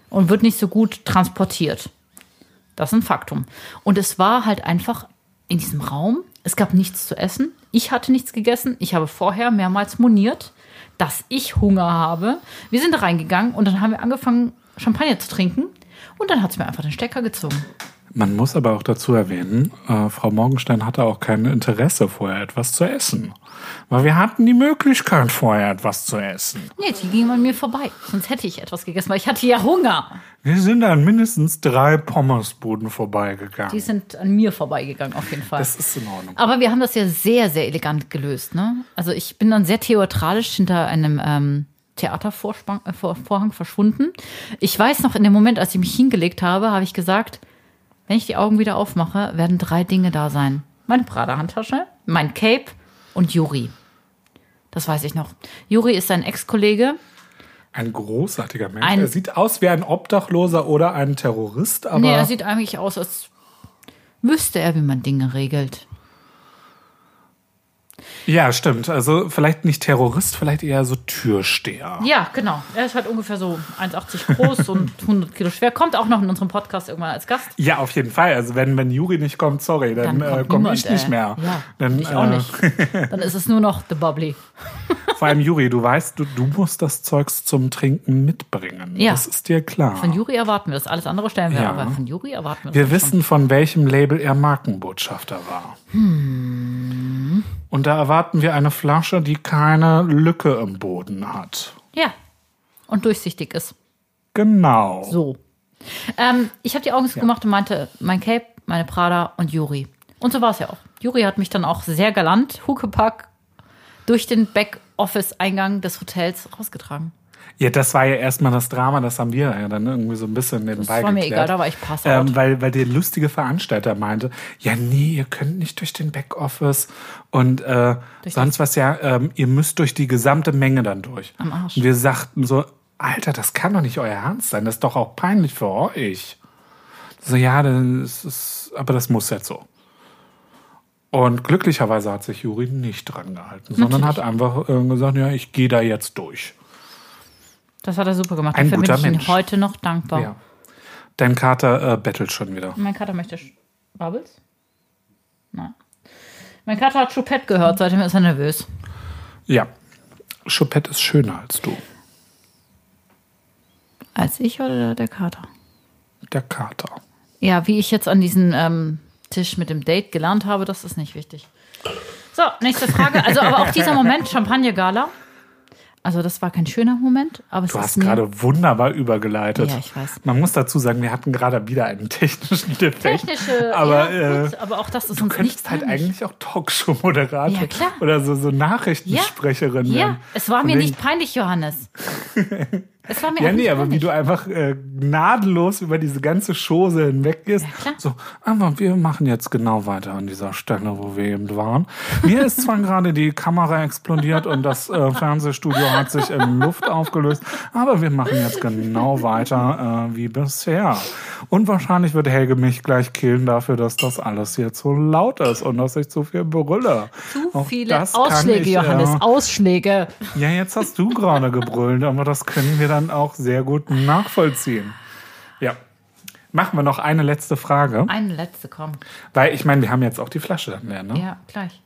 Speaker 2: und wird nicht so gut transportiert. Das ist ein Faktum. Und es war halt einfach in diesem Raum, es gab nichts zu essen. Ich hatte nichts gegessen. Ich habe vorher mehrmals moniert, dass ich Hunger habe. Wir sind da reingegangen und dann haben wir angefangen, Champagner zu trinken. Und dann hat es mir einfach den Stecker gezogen.
Speaker 3: Man muss aber auch dazu erwähnen, äh, Frau Morgenstein hatte auch kein Interesse, vorher etwas zu essen. Weil wir hatten die Möglichkeit, vorher etwas zu essen.
Speaker 2: Nee, die ging an mir vorbei. Sonst hätte ich etwas gegessen, weil ich hatte ja Hunger.
Speaker 3: Wir sind an mindestens drei Pommesbuden vorbeigegangen.
Speaker 2: Die sind an mir vorbeigegangen, auf jeden Fall.
Speaker 3: das ist in Ordnung.
Speaker 2: Aber wir haben das ja sehr, sehr elegant gelöst. Ne? Also ich bin dann sehr theatralisch hinter einem ähm, Theatervorhang äh, Vor- Vorhang verschwunden. Ich weiß noch, in dem Moment, als ich mich hingelegt habe, habe ich gesagt, wenn ich die Augen wieder aufmache, werden drei Dinge da sein. Meine Prada-Handtasche, mein Cape und Juri. Das weiß ich noch. Juri ist ein Ex-Kollege.
Speaker 3: Ein großartiger Mensch.
Speaker 2: Ein-
Speaker 3: er sieht aus wie ein Obdachloser oder ein Terrorist, aber
Speaker 2: Nee, er sieht eigentlich aus, als wüsste er, wie man Dinge regelt.
Speaker 3: ja, stimmt. Also vielleicht nicht Terrorist, vielleicht eher so Türsteher.
Speaker 2: Ja, genau. Er ist halt ungefähr so 1,80 groß und 100 Kilo schwer. Kommt auch noch in unserem Podcast irgendwann als Gast.
Speaker 3: Ja, auf jeden Fall. Also wenn, wenn Juri nicht kommt, sorry, dann,
Speaker 2: Dann kommt
Speaker 3: äh, komme
Speaker 2: niemand,
Speaker 3: ich nicht
Speaker 2: äh,
Speaker 3: mehr.
Speaker 2: Ja,
Speaker 3: dann,
Speaker 2: ich auch
Speaker 3: äh,
Speaker 2: nicht. Dann ist es nur noch The Bubbly.
Speaker 3: Vor allem, Juri, du weißt, du, du musst das Zeugs zum Trinken mitbringen.
Speaker 2: Ja.
Speaker 3: Das ist dir klar.
Speaker 2: Von Juri erwarten wir das. Alles andere stellen wir,
Speaker 3: Ja.
Speaker 2: aber von Juri erwarten wir
Speaker 3: Wir
Speaker 2: das.
Speaker 3: wissen, von welchem Label er Markenbotschafter war.
Speaker 2: Hm.
Speaker 3: Und da erwarten wir eine Flasche, die keine Lücke im Boden hat.
Speaker 2: schon. Ja. Und durchsichtig ist.
Speaker 3: Genau.
Speaker 2: So. Ähm, ich habe die Augen zugemacht und meinte, mein Cape, meine Prada und Juri. Und so war es ja auch. Juri hat mich dann auch sehr galant, Huckepack, durch den Backoffice-Eingang des Hotels rausgetragen.
Speaker 3: Ja, das war ja erstmal das Drama, das haben wir ja dann irgendwie so ein bisschen nebenbei
Speaker 2: Das war mir
Speaker 3: geklärt.
Speaker 2: egal, da war ich pass out.
Speaker 3: Ähm, weil, weil der lustige Veranstalter meinte, ja, nee, ihr könnt nicht durch den Backoffice und äh, sonst was ja, ähm, ihr müsst durch die gesamte Menge dann durch.
Speaker 2: Am Arsch.
Speaker 3: Und wir sagten so, Alter, das kann doch nicht euer Ernst sein, das ist doch auch peinlich für euch. So, ja, das ist, aber das muss jetzt so. Und glücklicherweise hat sich Juri nicht dran gehalten, sondern hat einfach äh, gesagt, ja, ich gehe da jetzt durch.
Speaker 2: Das hat er super gemacht.
Speaker 3: ein
Speaker 2: Dafür bin
Speaker 3: guter
Speaker 2: ich ihm
Speaker 3: Mensch.
Speaker 2: heute noch dankbar.
Speaker 3: Ja. Dein Kater äh, bettelt schon wieder.
Speaker 2: Mein Kater möchte Sch- Bubbles? Nein. Mein Kater hat Choupette gehört, seitdem ist er nervös.
Speaker 3: Ja. Choupette ist schöner als du.
Speaker 2: Als ich oder der Kater?
Speaker 3: Der Kater.
Speaker 2: Ja, wie ich jetzt an diesem ähm, Tisch mit dem Date gelernt habe, das ist nicht wichtig. So, nächste Frage. Also, aber auch dieser Moment, Champagner-Gala. Also, das war kein schöner Moment, aber es
Speaker 3: Du
Speaker 2: ist
Speaker 3: hast
Speaker 2: mir-
Speaker 3: gerade wunderbar übergeleitet.
Speaker 2: Ja, ich weiß.
Speaker 3: Man muss dazu sagen, wir hatten gerade wieder einen technischen Defekt.
Speaker 2: technische,
Speaker 3: aber
Speaker 2: ja,
Speaker 3: äh,
Speaker 2: gut, aber auch das ist
Speaker 3: du
Speaker 2: uns nicht
Speaker 3: könntest halt
Speaker 2: peinlich.
Speaker 3: eigentlich auch Talkshow-Moderator
Speaker 2: Ja, klar.
Speaker 3: oder so, so Nachrichtensprecherin
Speaker 2: Ja,
Speaker 3: werden.
Speaker 2: es war
Speaker 3: Von
Speaker 2: mir
Speaker 3: wegen-
Speaker 2: nicht peinlich, Johannes. Es war mir
Speaker 3: Ja,
Speaker 2: einfach
Speaker 3: nee,
Speaker 2: nicht
Speaker 3: aber wie
Speaker 2: peinlich.
Speaker 3: du einfach äh, gnadenlos über diese ganze Chose hinweg gehst.
Speaker 2: klar.
Speaker 3: so, aber wir machen jetzt genau weiter an dieser Stelle, wo wir eben waren. Mir ist zwar gerade die Kamera explodiert und das äh, Fernsehstudio hat sich in Luft aufgelöst, aber wir machen jetzt genau weiter äh, wie bisher. Und wahrscheinlich wird Helge mich gleich killen dafür, dass das alles hier zu laut ist und dass ich zu viel brülle.
Speaker 2: Zu
Speaker 3: Auch
Speaker 2: viele
Speaker 3: das kann
Speaker 2: Ausschläge,
Speaker 3: ich,
Speaker 2: Johannes,
Speaker 3: äh,
Speaker 2: Ausschläge.
Speaker 3: ja, jetzt hast du gerade gebrüllt, aber das können wir dann auch sehr gut nachvollziehen. Ja. Machen wir noch eine letzte Frage.
Speaker 2: Eine letzte, komm.
Speaker 3: Weil ich meine, wir haben jetzt auch die Flasche dann leer, ne?
Speaker 2: Ja, gleich.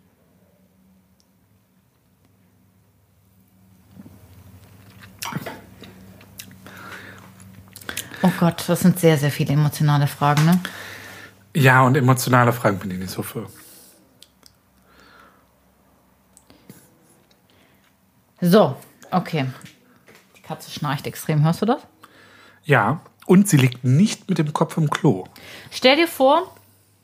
Speaker 2: Oh Gott, das sind sehr, sehr viele emotionale Fragen, ne?
Speaker 3: Ja. und emotionale Fragen bin ich nicht so für.
Speaker 2: So, okay. Die Katze schnarcht extrem, hörst du das?
Speaker 3: Ja. Und sie liegt nicht mit dem Kopf im Klo.
Speaker 2: Stell dir vor,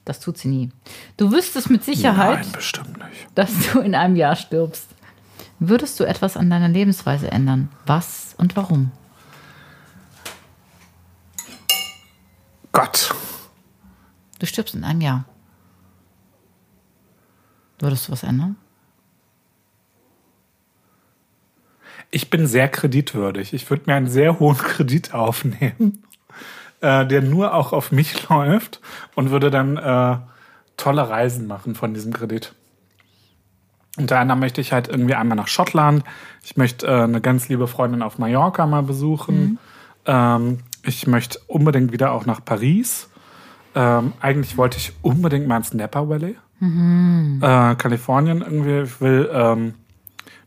Speaker 2: das tut sie nie. Du wüsstest mit Sicherheit,
Speaker 3: Nein, bestimmt nicht.
Speaker 2: dass du in einem Jahr stirbst. Würdest du etwas an deiner Lebensweise ändern? Was und warum?
Speaker 3: Gott.
Speaker 2: Du stirbst in einem Jahr. Würdest du was ändern?
Speaker 3: Ich bin sehr kreditwürdig. Ich würde mir einen sehr hohen Kredit aufnehmen, äh, der nur auch auf mich läuft und würde dann äh, tolle Reisen machen von diesem Kredit. Unter anderem möchte ich halt irgendwie einmal nach Schottland. Ich möchte äh, eine ganz liebe Freundin auf Mallorca mal besuchen. Ähm, ich möchte unbedingt wieder auch nach Paris. Ähm, eigentlich wollte ich unbedingt mal ins Napa Valley. Äh, Kalifornien irgendwie. Ich will ähm,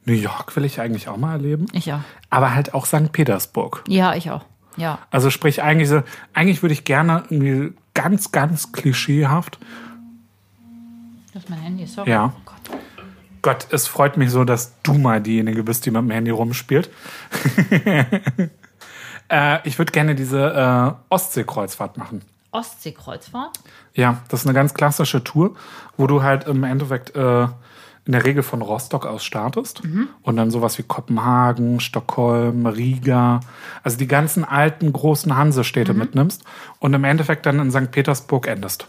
Speaker 3: New York will ich eigentlich auch mal erleben.
Speaker 2: Ich auch.
Speaker 3: Aber halt auch St. Petersburg.
Speaker 2: Ja, ich auch. Ja.
Speaker 3: Also sprich, eigentlich, so, eigentlich würde ich gerne irgendwie ganz, ganz klischeehaft.
Speaker 2: Das ist mein Handy, sorry.
Speaker 3: Ja.
Speaker 2: Oh Gott.
Speaker 3: Gott, es freut mich so, dass du mal diejenige bist, die mit dem Handy rumspielt. äh, ich würde gerne diese äh, Ostseekreuzfahrt machen.
Speaker 2: Ostseekreuzfahrt.
Speaker 3: Ja, das ist eine ganz klassische Tour, wo du halt im Endeffekt äh, in der Regel von Rostock aus startest
Speaker 2: Mhm.
Speaker 3: und dann sowas wie Kopenhagen, Stockholm, Riga, also die ganzen alten großen
Speaker 2: Mhm.
Speaker 3: Hansestädte mitnimmst und im Endeffekt dann in St. Petersburg endest.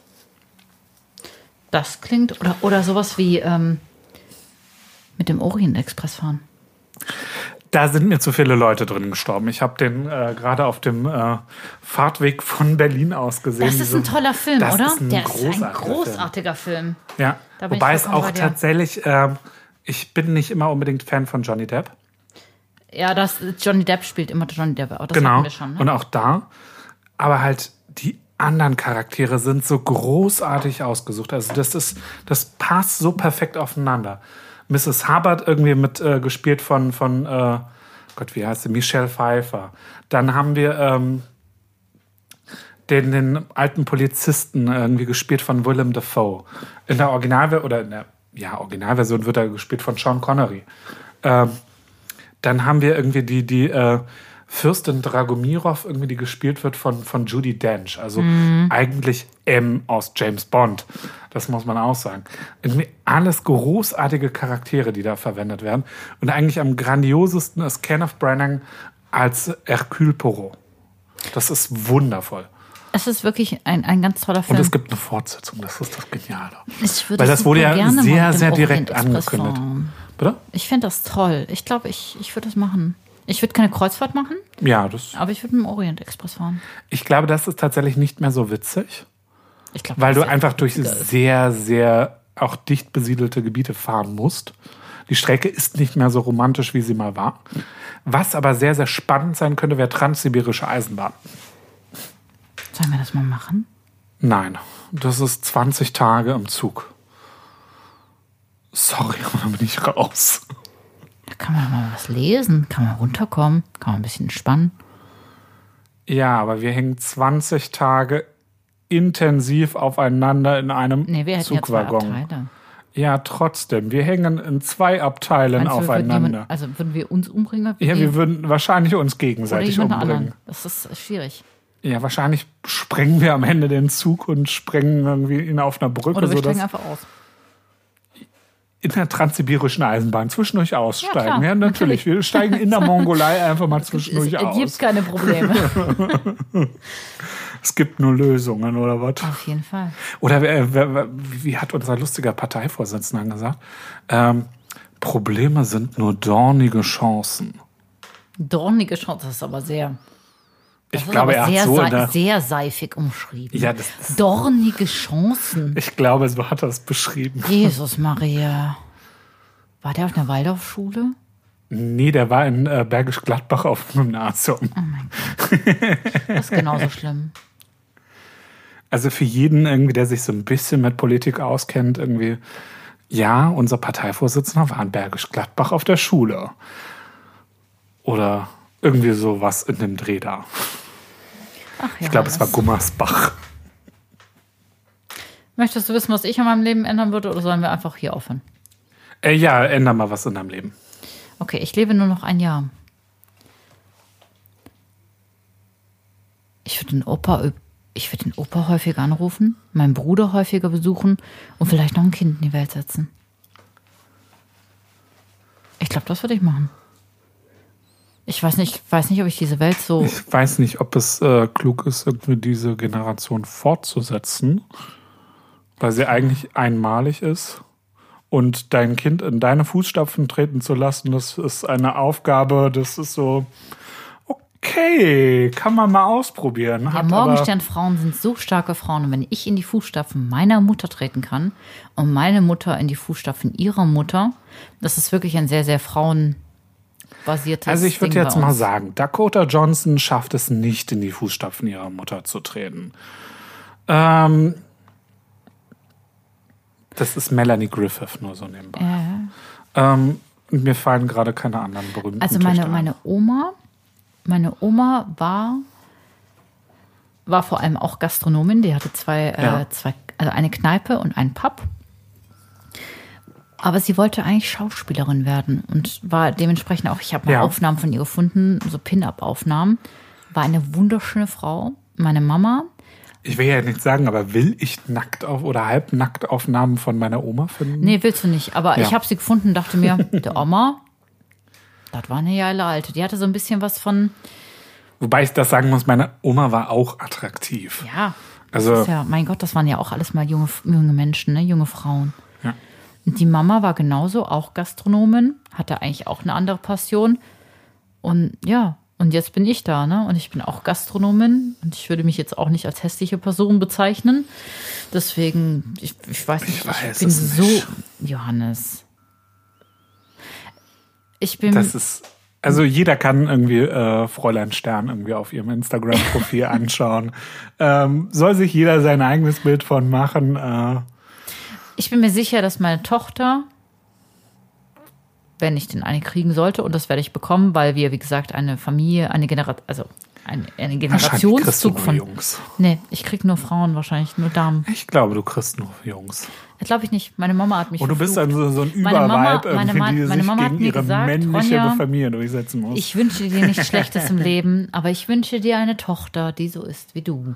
Speaker 2: Das klingt. Oder, oder sowas wie ähm, mit dem Orient-Express fahren.
Speaker 3: Da sind mir zu viele Leute drin gestorben. Ich habe den äh, gerade auf dem äh, Fahrtweg von Berlin aus gesehen.
Speaker 2: Das ist ein
Speaker 3: Diese-
Speaker 2: toller Film,
Speaker 3: das
Speaker 2: oder?
Speaker 3: Ist ein
Speaker 2: Der ist
Speaker 3: großartiger
Speaker 2: ein großartiger Film.
Speaker 3: Film. Ja,
Speaker 2: Da bin ich
Speaker 3: wobei es
Speaker 2: vollkommen
Speaker 3: auch
Speaker 2: bei dir.
Speaker 3: tatsächlich, ähm, ich bin nicht immer unbedingt Fan von Johnny Depp.
Speaker 2: Ja, das Johnny Depp spielt immer Johnny Depp. Aber das hatten
Speaker 3: Genau.
Speaker 2: wir schon.
Speaker 3: Und
Speaker 2: Ne?
Speaker 3: auch da. Aber halt die anderen Charaktere sind so großartig ausgesucht. Also das ist, das passt so perfekt aufeinander. Mrs. Hubbard irgendwie mit äh, gespielt von, von äh, Gott, wie heißt sie? Michelle Pfeiffer. Dann haben wir ähm, den, den alten Polizisten äh, irgendwie gespielt von Willem Dafoe. In der Originalversion, oder in der ja, Originalversion wird er gespielt von Sean Connery. Ähm, dann haben wir irgendwie die, die äh, Fürstin Dragomirov, irgendwie, die gespielt wird von, von Judy Dench. Also
Speaker 2: Mhm.
Speaker 3: eigentlich M aus James Bond. Das muss man auch sagen. Irgendwie alles großartige Charaktere, die da verwendet werden. Und eigentlich am grandiosesten ist Kenneth Branagh als Hercule Poirot. Das ist wundervoll.
Speaker 2: Es ist wirklich ein, ein ganz toller Film.
Speaker 3: Und es gibt eine Fortsetzung. Das ist das Geniale.
Speaker 2: Ich würde
Speaker 3: Weil das
Speaker 2: super
Speaker 3: wurde ja
Speaker 2: gerne mal
Speaker 3: sehr,
Speaker 2: mit dem
Speaker 3: sehr direkt
Speaker 2: Orient-Express
Speaker 3: angekündigt.
Speaker 2: fahren.
Speaker 3: Bitte?
Speaker 2: Ich fände das toll. Ich glaube, ich, ich würde das machen. Ich würde keine Kreuzfahrt machen,
Speaker 3: Ja, das.
Speaker 2: aber ich würde mit dem Orient Express fahren.
Speaker 3: Ich glaube, das ist tatsächlich nicht mehr so witzig,
Speaker 2: Ich glaube,
Speaker 3: weil du
Speaker 2: das ist-
Speaker 3: einfach durch sehr, sehr auch dicht besiedelte Gebiete fahren musst. Die Strecke ist nicht mehr so romantisch, wie sie mal war. Was aber sehr, sehr spannend sein könnte, wäre transsibirische Eisenbahn.
Speaker 2: Sollen wir das mal machen?
Speaker 3: Nein, das ist 20 Tage im Zug. Sorry, aber da bin ich raus.
Speaker 2: Da kann man mal was lesen, kann man runterkommen, kann man ein bisschen entspannen.
Speaker 3: Ja, aber wir hängen 20 Tage intensiv aufeinander in einem
Speaker 2: Nee, wir hätten ja zwei
Speaker 3: Zugwaggon.
Speaker 2: Abteile.
Speaker 3: Ja, trotzdem. Wir hängen in zwei Abteilen
Speaker 2: Meinst du, wir würden
Speaker 3: aufeinander.
Speaker 2: jemand- also würden wir uns umbringen? Oder
Speaker 3: Ja, wir
Speaker 2: würden
Speaker 3: würden wahrscheinlich uns
Speaker 2: oder
Speaker 3: gegenseitig
Speaker 2: jemand
Speaker 3: umbringen.
Speaker 2: anderen. Das ist schwierig.
Speaker 3: Ja, wahrscheinlich sprengen wir am Ende den Zug und sprengen irgendwie ihn auf einer Brücke,
Speaker 2: Oder wir steigen
Speaker 3: sodass
Speaker 2: einfach aus.
Speaker 3: in der transsibirischen Eisenbahn zwischendurch aussteigen. Ja,
Speaker 2: klar,
Speaker 3: natürlich. Wir steigen in der Mongolei einfach mal zwischendurch
Speaker 2: es
Speaker 3: aus.
Speaker 2: gibt keine Probleme.
Speaker 3: Es gibt nur Lösungen oder was?
Speaker 2: Auf jeden Fall.
Speaker 3: Oder wer, wer, wer, wie hat unser lustiger Parteivorsitzender gesagt? Ähm, Probleme sind nur dornige Chancen.
Speaker 2: Dornige Chance, das ist aber sehr. Das
Speaker 3: Ich
Speaker 2: ist
Speaker 3: glaube,
Speaker 2: aber
Speaker 3: er
Speaker 2: sehr,
Speaker 3: hat so in der,
Speaker 2: sei, sehr seifig umschrieben.
Speaker 3: Ja, das- das-
Speaker 2: Dornige Chancen.
Speaker 3: Ich glaube, so hat er es beschrieben.
Speaker 2: Jesus Maria. War der auf einer Waldorfschule?
Speaker 3: Nee, der war in äh, Bergisch Gladbach auf dem Gymnasium.
Speaker 2: Das ist genauso schlimm.
Speaker 3: Also für jeden irgendwie, der sich so ein bisschen mit Politik auskennt, irgendwie, ja, unser Parteivorsitzender war in Bergisch Gladbach auf der Schule. Oder irgendwie sowas in dem Dreh da.
Speaker 2: Ach,
Speaker 3: Ich glaube, es war Gummersbach.
Speaker 2: Möchtest du wissen, was ich an meinem Leben ändern würde, oder sollen wir einfach hier aufhören?
Speaker 3: Äh, ja, änder mal was in deinem Leben.
Speaker 2: Okay, ich lebe nur noch ein Jahr. Ich würde den Opa, ö- ich würde den Opa häufiger anrufen, meinen Bruder häufiger besuchen und vielleicht noch ein Kind in die Welt setzen. Ich glaube, das würde ich machen. Ich weiß nicht, weiß nicht, ob ich diese Welt so.
Speaker 3: Ich weiß nicht, ob es äh, klug ist, irgendwie diese Generation fortzusetzen, weil sie eigentlich einmalig ist. Und dein Kind in deine Fußstapfen treten zu lassen, das ist eine Aufgabe, das ist so, okay, kann man mal ausprobieren.
Speaker 2: Ja,
Speaker 3: Hat aber,
Speaker 2: Morgensternfrauen sind so starke Frauen. Und wenn ich in die Fußstapfen meiner Mutter treten kann und meine Mutter in die Fußstapfen ihrer Mutter, das ist wirklich ein sehr, sehr frauenbasiertes
Speaker 3: also ich würde
Speaker 2: Ding
Speaker 3: jetzt
Speaker 2: bei
Speaker 3: mal
Speaker 2: uns.
Speaker 3: sagen, Dakota Johnson schafft es nicht, in die Fußstapfen ihrer Mutter zu treten. Ähm, das ist Melanie Griffith, nur so nebenbei.
Speaker 2: Ja, ja.
Speaker 3: Ähm, und mir fallen gerade keine anderen berühmten
Speaker 2: Also meine,
Speaker 3: Töchter
Speaker 2: meine Oma, meine Oma war, war vor allem auch Gastronomin, die hatte zwei,
Speaker 3: Ja.
Speaker 2: äh, zwei also eine Kneipe und einen Pub. Aber sie wollte eigentlich Schauspielerin werden und war dementsprechend auch, ich habe mal
Speaker 3: Ja.
Speaker 2: Aufnahmen von ihr gefunden, so Pin-Up-Aufnahmen. War eine wunderschöne Frau. Meine Mama,
Speaker 3: ein. Ich will ja nicht sagen, aber will ich nackt auf oder halbnackt Aufnahmen von meiner Oma finden?
Speaker 2: Nee, willst du nicht. Aber
Speaker 3: Ja.
Speaker 2: ich habe sie gefunden und dachte mir, der Oma, das war eine geile Alte. Die hatte so ein bisschen was von,
Speaker 3: Wobei ich das sagen muss, meine Oma war auch attraktiv.
Speaker 2: ja,
Speaker 3: also
Speaker 2: Ist ja, mein Gott, das waren ja auch alles mal junge, junge Menschen, ne? junge Frauen.
Speaker 3: Ja.
Speaker 2: Und die Mama war genauso auch Gastronomin, hatte eigentlich auch eine andere Passion. Und ja, und jetzt bin ich da, ne? Und ich bin auch Gastronomin und ich würde mich jetzt auch nicht als hässliche Person bezeichnen. Deswegen, ich, ich weiß nicht, ich,
Speaker 3: weiß
Speaker 2: bin
Speaker 3: es
Speaker 2: so.
Speaker 3: nicht.
Speaker 2: Johannes. Ich bin.
Speaker 3: das ist. Also jeder kann irgendwie äh, Fräulein Stern irgendwie auf ihrem Instagram-Profil anschauen. Ähm, soll sich jeder sein eigenes Bild von machen. Äh,
Speaker 2: Ich bin mir sicher, dass meine Tochter wenn ich denn eine kriegen sollte. Und das werde ich bekommen, weil wir, wie gesagt, eine Familie, eine Generation, also ein, einen
Speaker 3: Wahrscheinlich kriegst du
Speaker 2: Generationszug
Speaker 3: nur
Speaker 2: von.
Speaker 3: Jungs.
Speaker 2: Nee, ich krieg nur Frauen wahrscheinlich, nur Damen.
Speaker 3: Ich glaube, du kriegst nur Jungs.
Speaker 2: Glaube ich nicht. Meine Mama hat mich.
Speaker 3: Und du bist
Speaker 2: verflucht.
Speaker 3: dann so, so ein
Speaker 2: Meine Mama-
Speaker 3: Überweib,
Speaker 2: meine
Speaker 3: irgendwie,
Speaker 2: Ma-
Speaker 3: die
Speaker 2: meine
Speaker 3: sich
Speaker 2: Mama hat
Speaker 3: gegen
Speaker 2: mir
Speaker 3: ihre
Speaker 2: gesagt,
Speaker 3: männliche
Speaker 2: Ronja,
Speaker 3: Familie durchsetzen muss.
Speaker 2: Ich wünsche dir nichts Schlechtes im Leben, aber ich wünsche dir eine Tochter, die so ist wie du.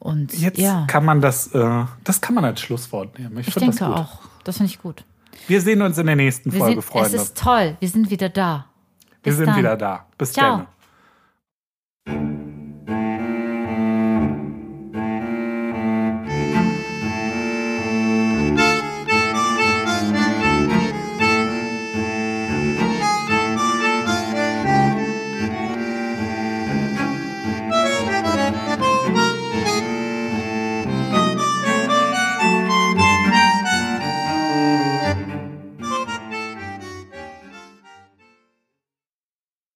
Speaker 2: Und
Speaker 3: Jetzt
Speaker 2: ja,
Speaker 3: kann man das, äh, das kann man als Schlusswort nehmen. Ich,
Speaker 2: ich
Speaker 3: finde das
Speaker 2: denke
Speaker 3: gut.
Speaker 2: auch. Das finde ich gut.
Speaker 3: Wir sehen uns in der nächsten
Speaker 2: Wir
Speaker 3: Folge,
Speaker 2: sind, es
Speaker 3: Freunde.
Speaker 2: ist toll. Wir sind wieder da.
Speaker 3: Wir
Speaker 2: Bis
Speaker 3: sind
Speaker 2: dann.
Speaker 3: wieder da. Bis
Speaker 2: Ciao.
Speaker 3: dann.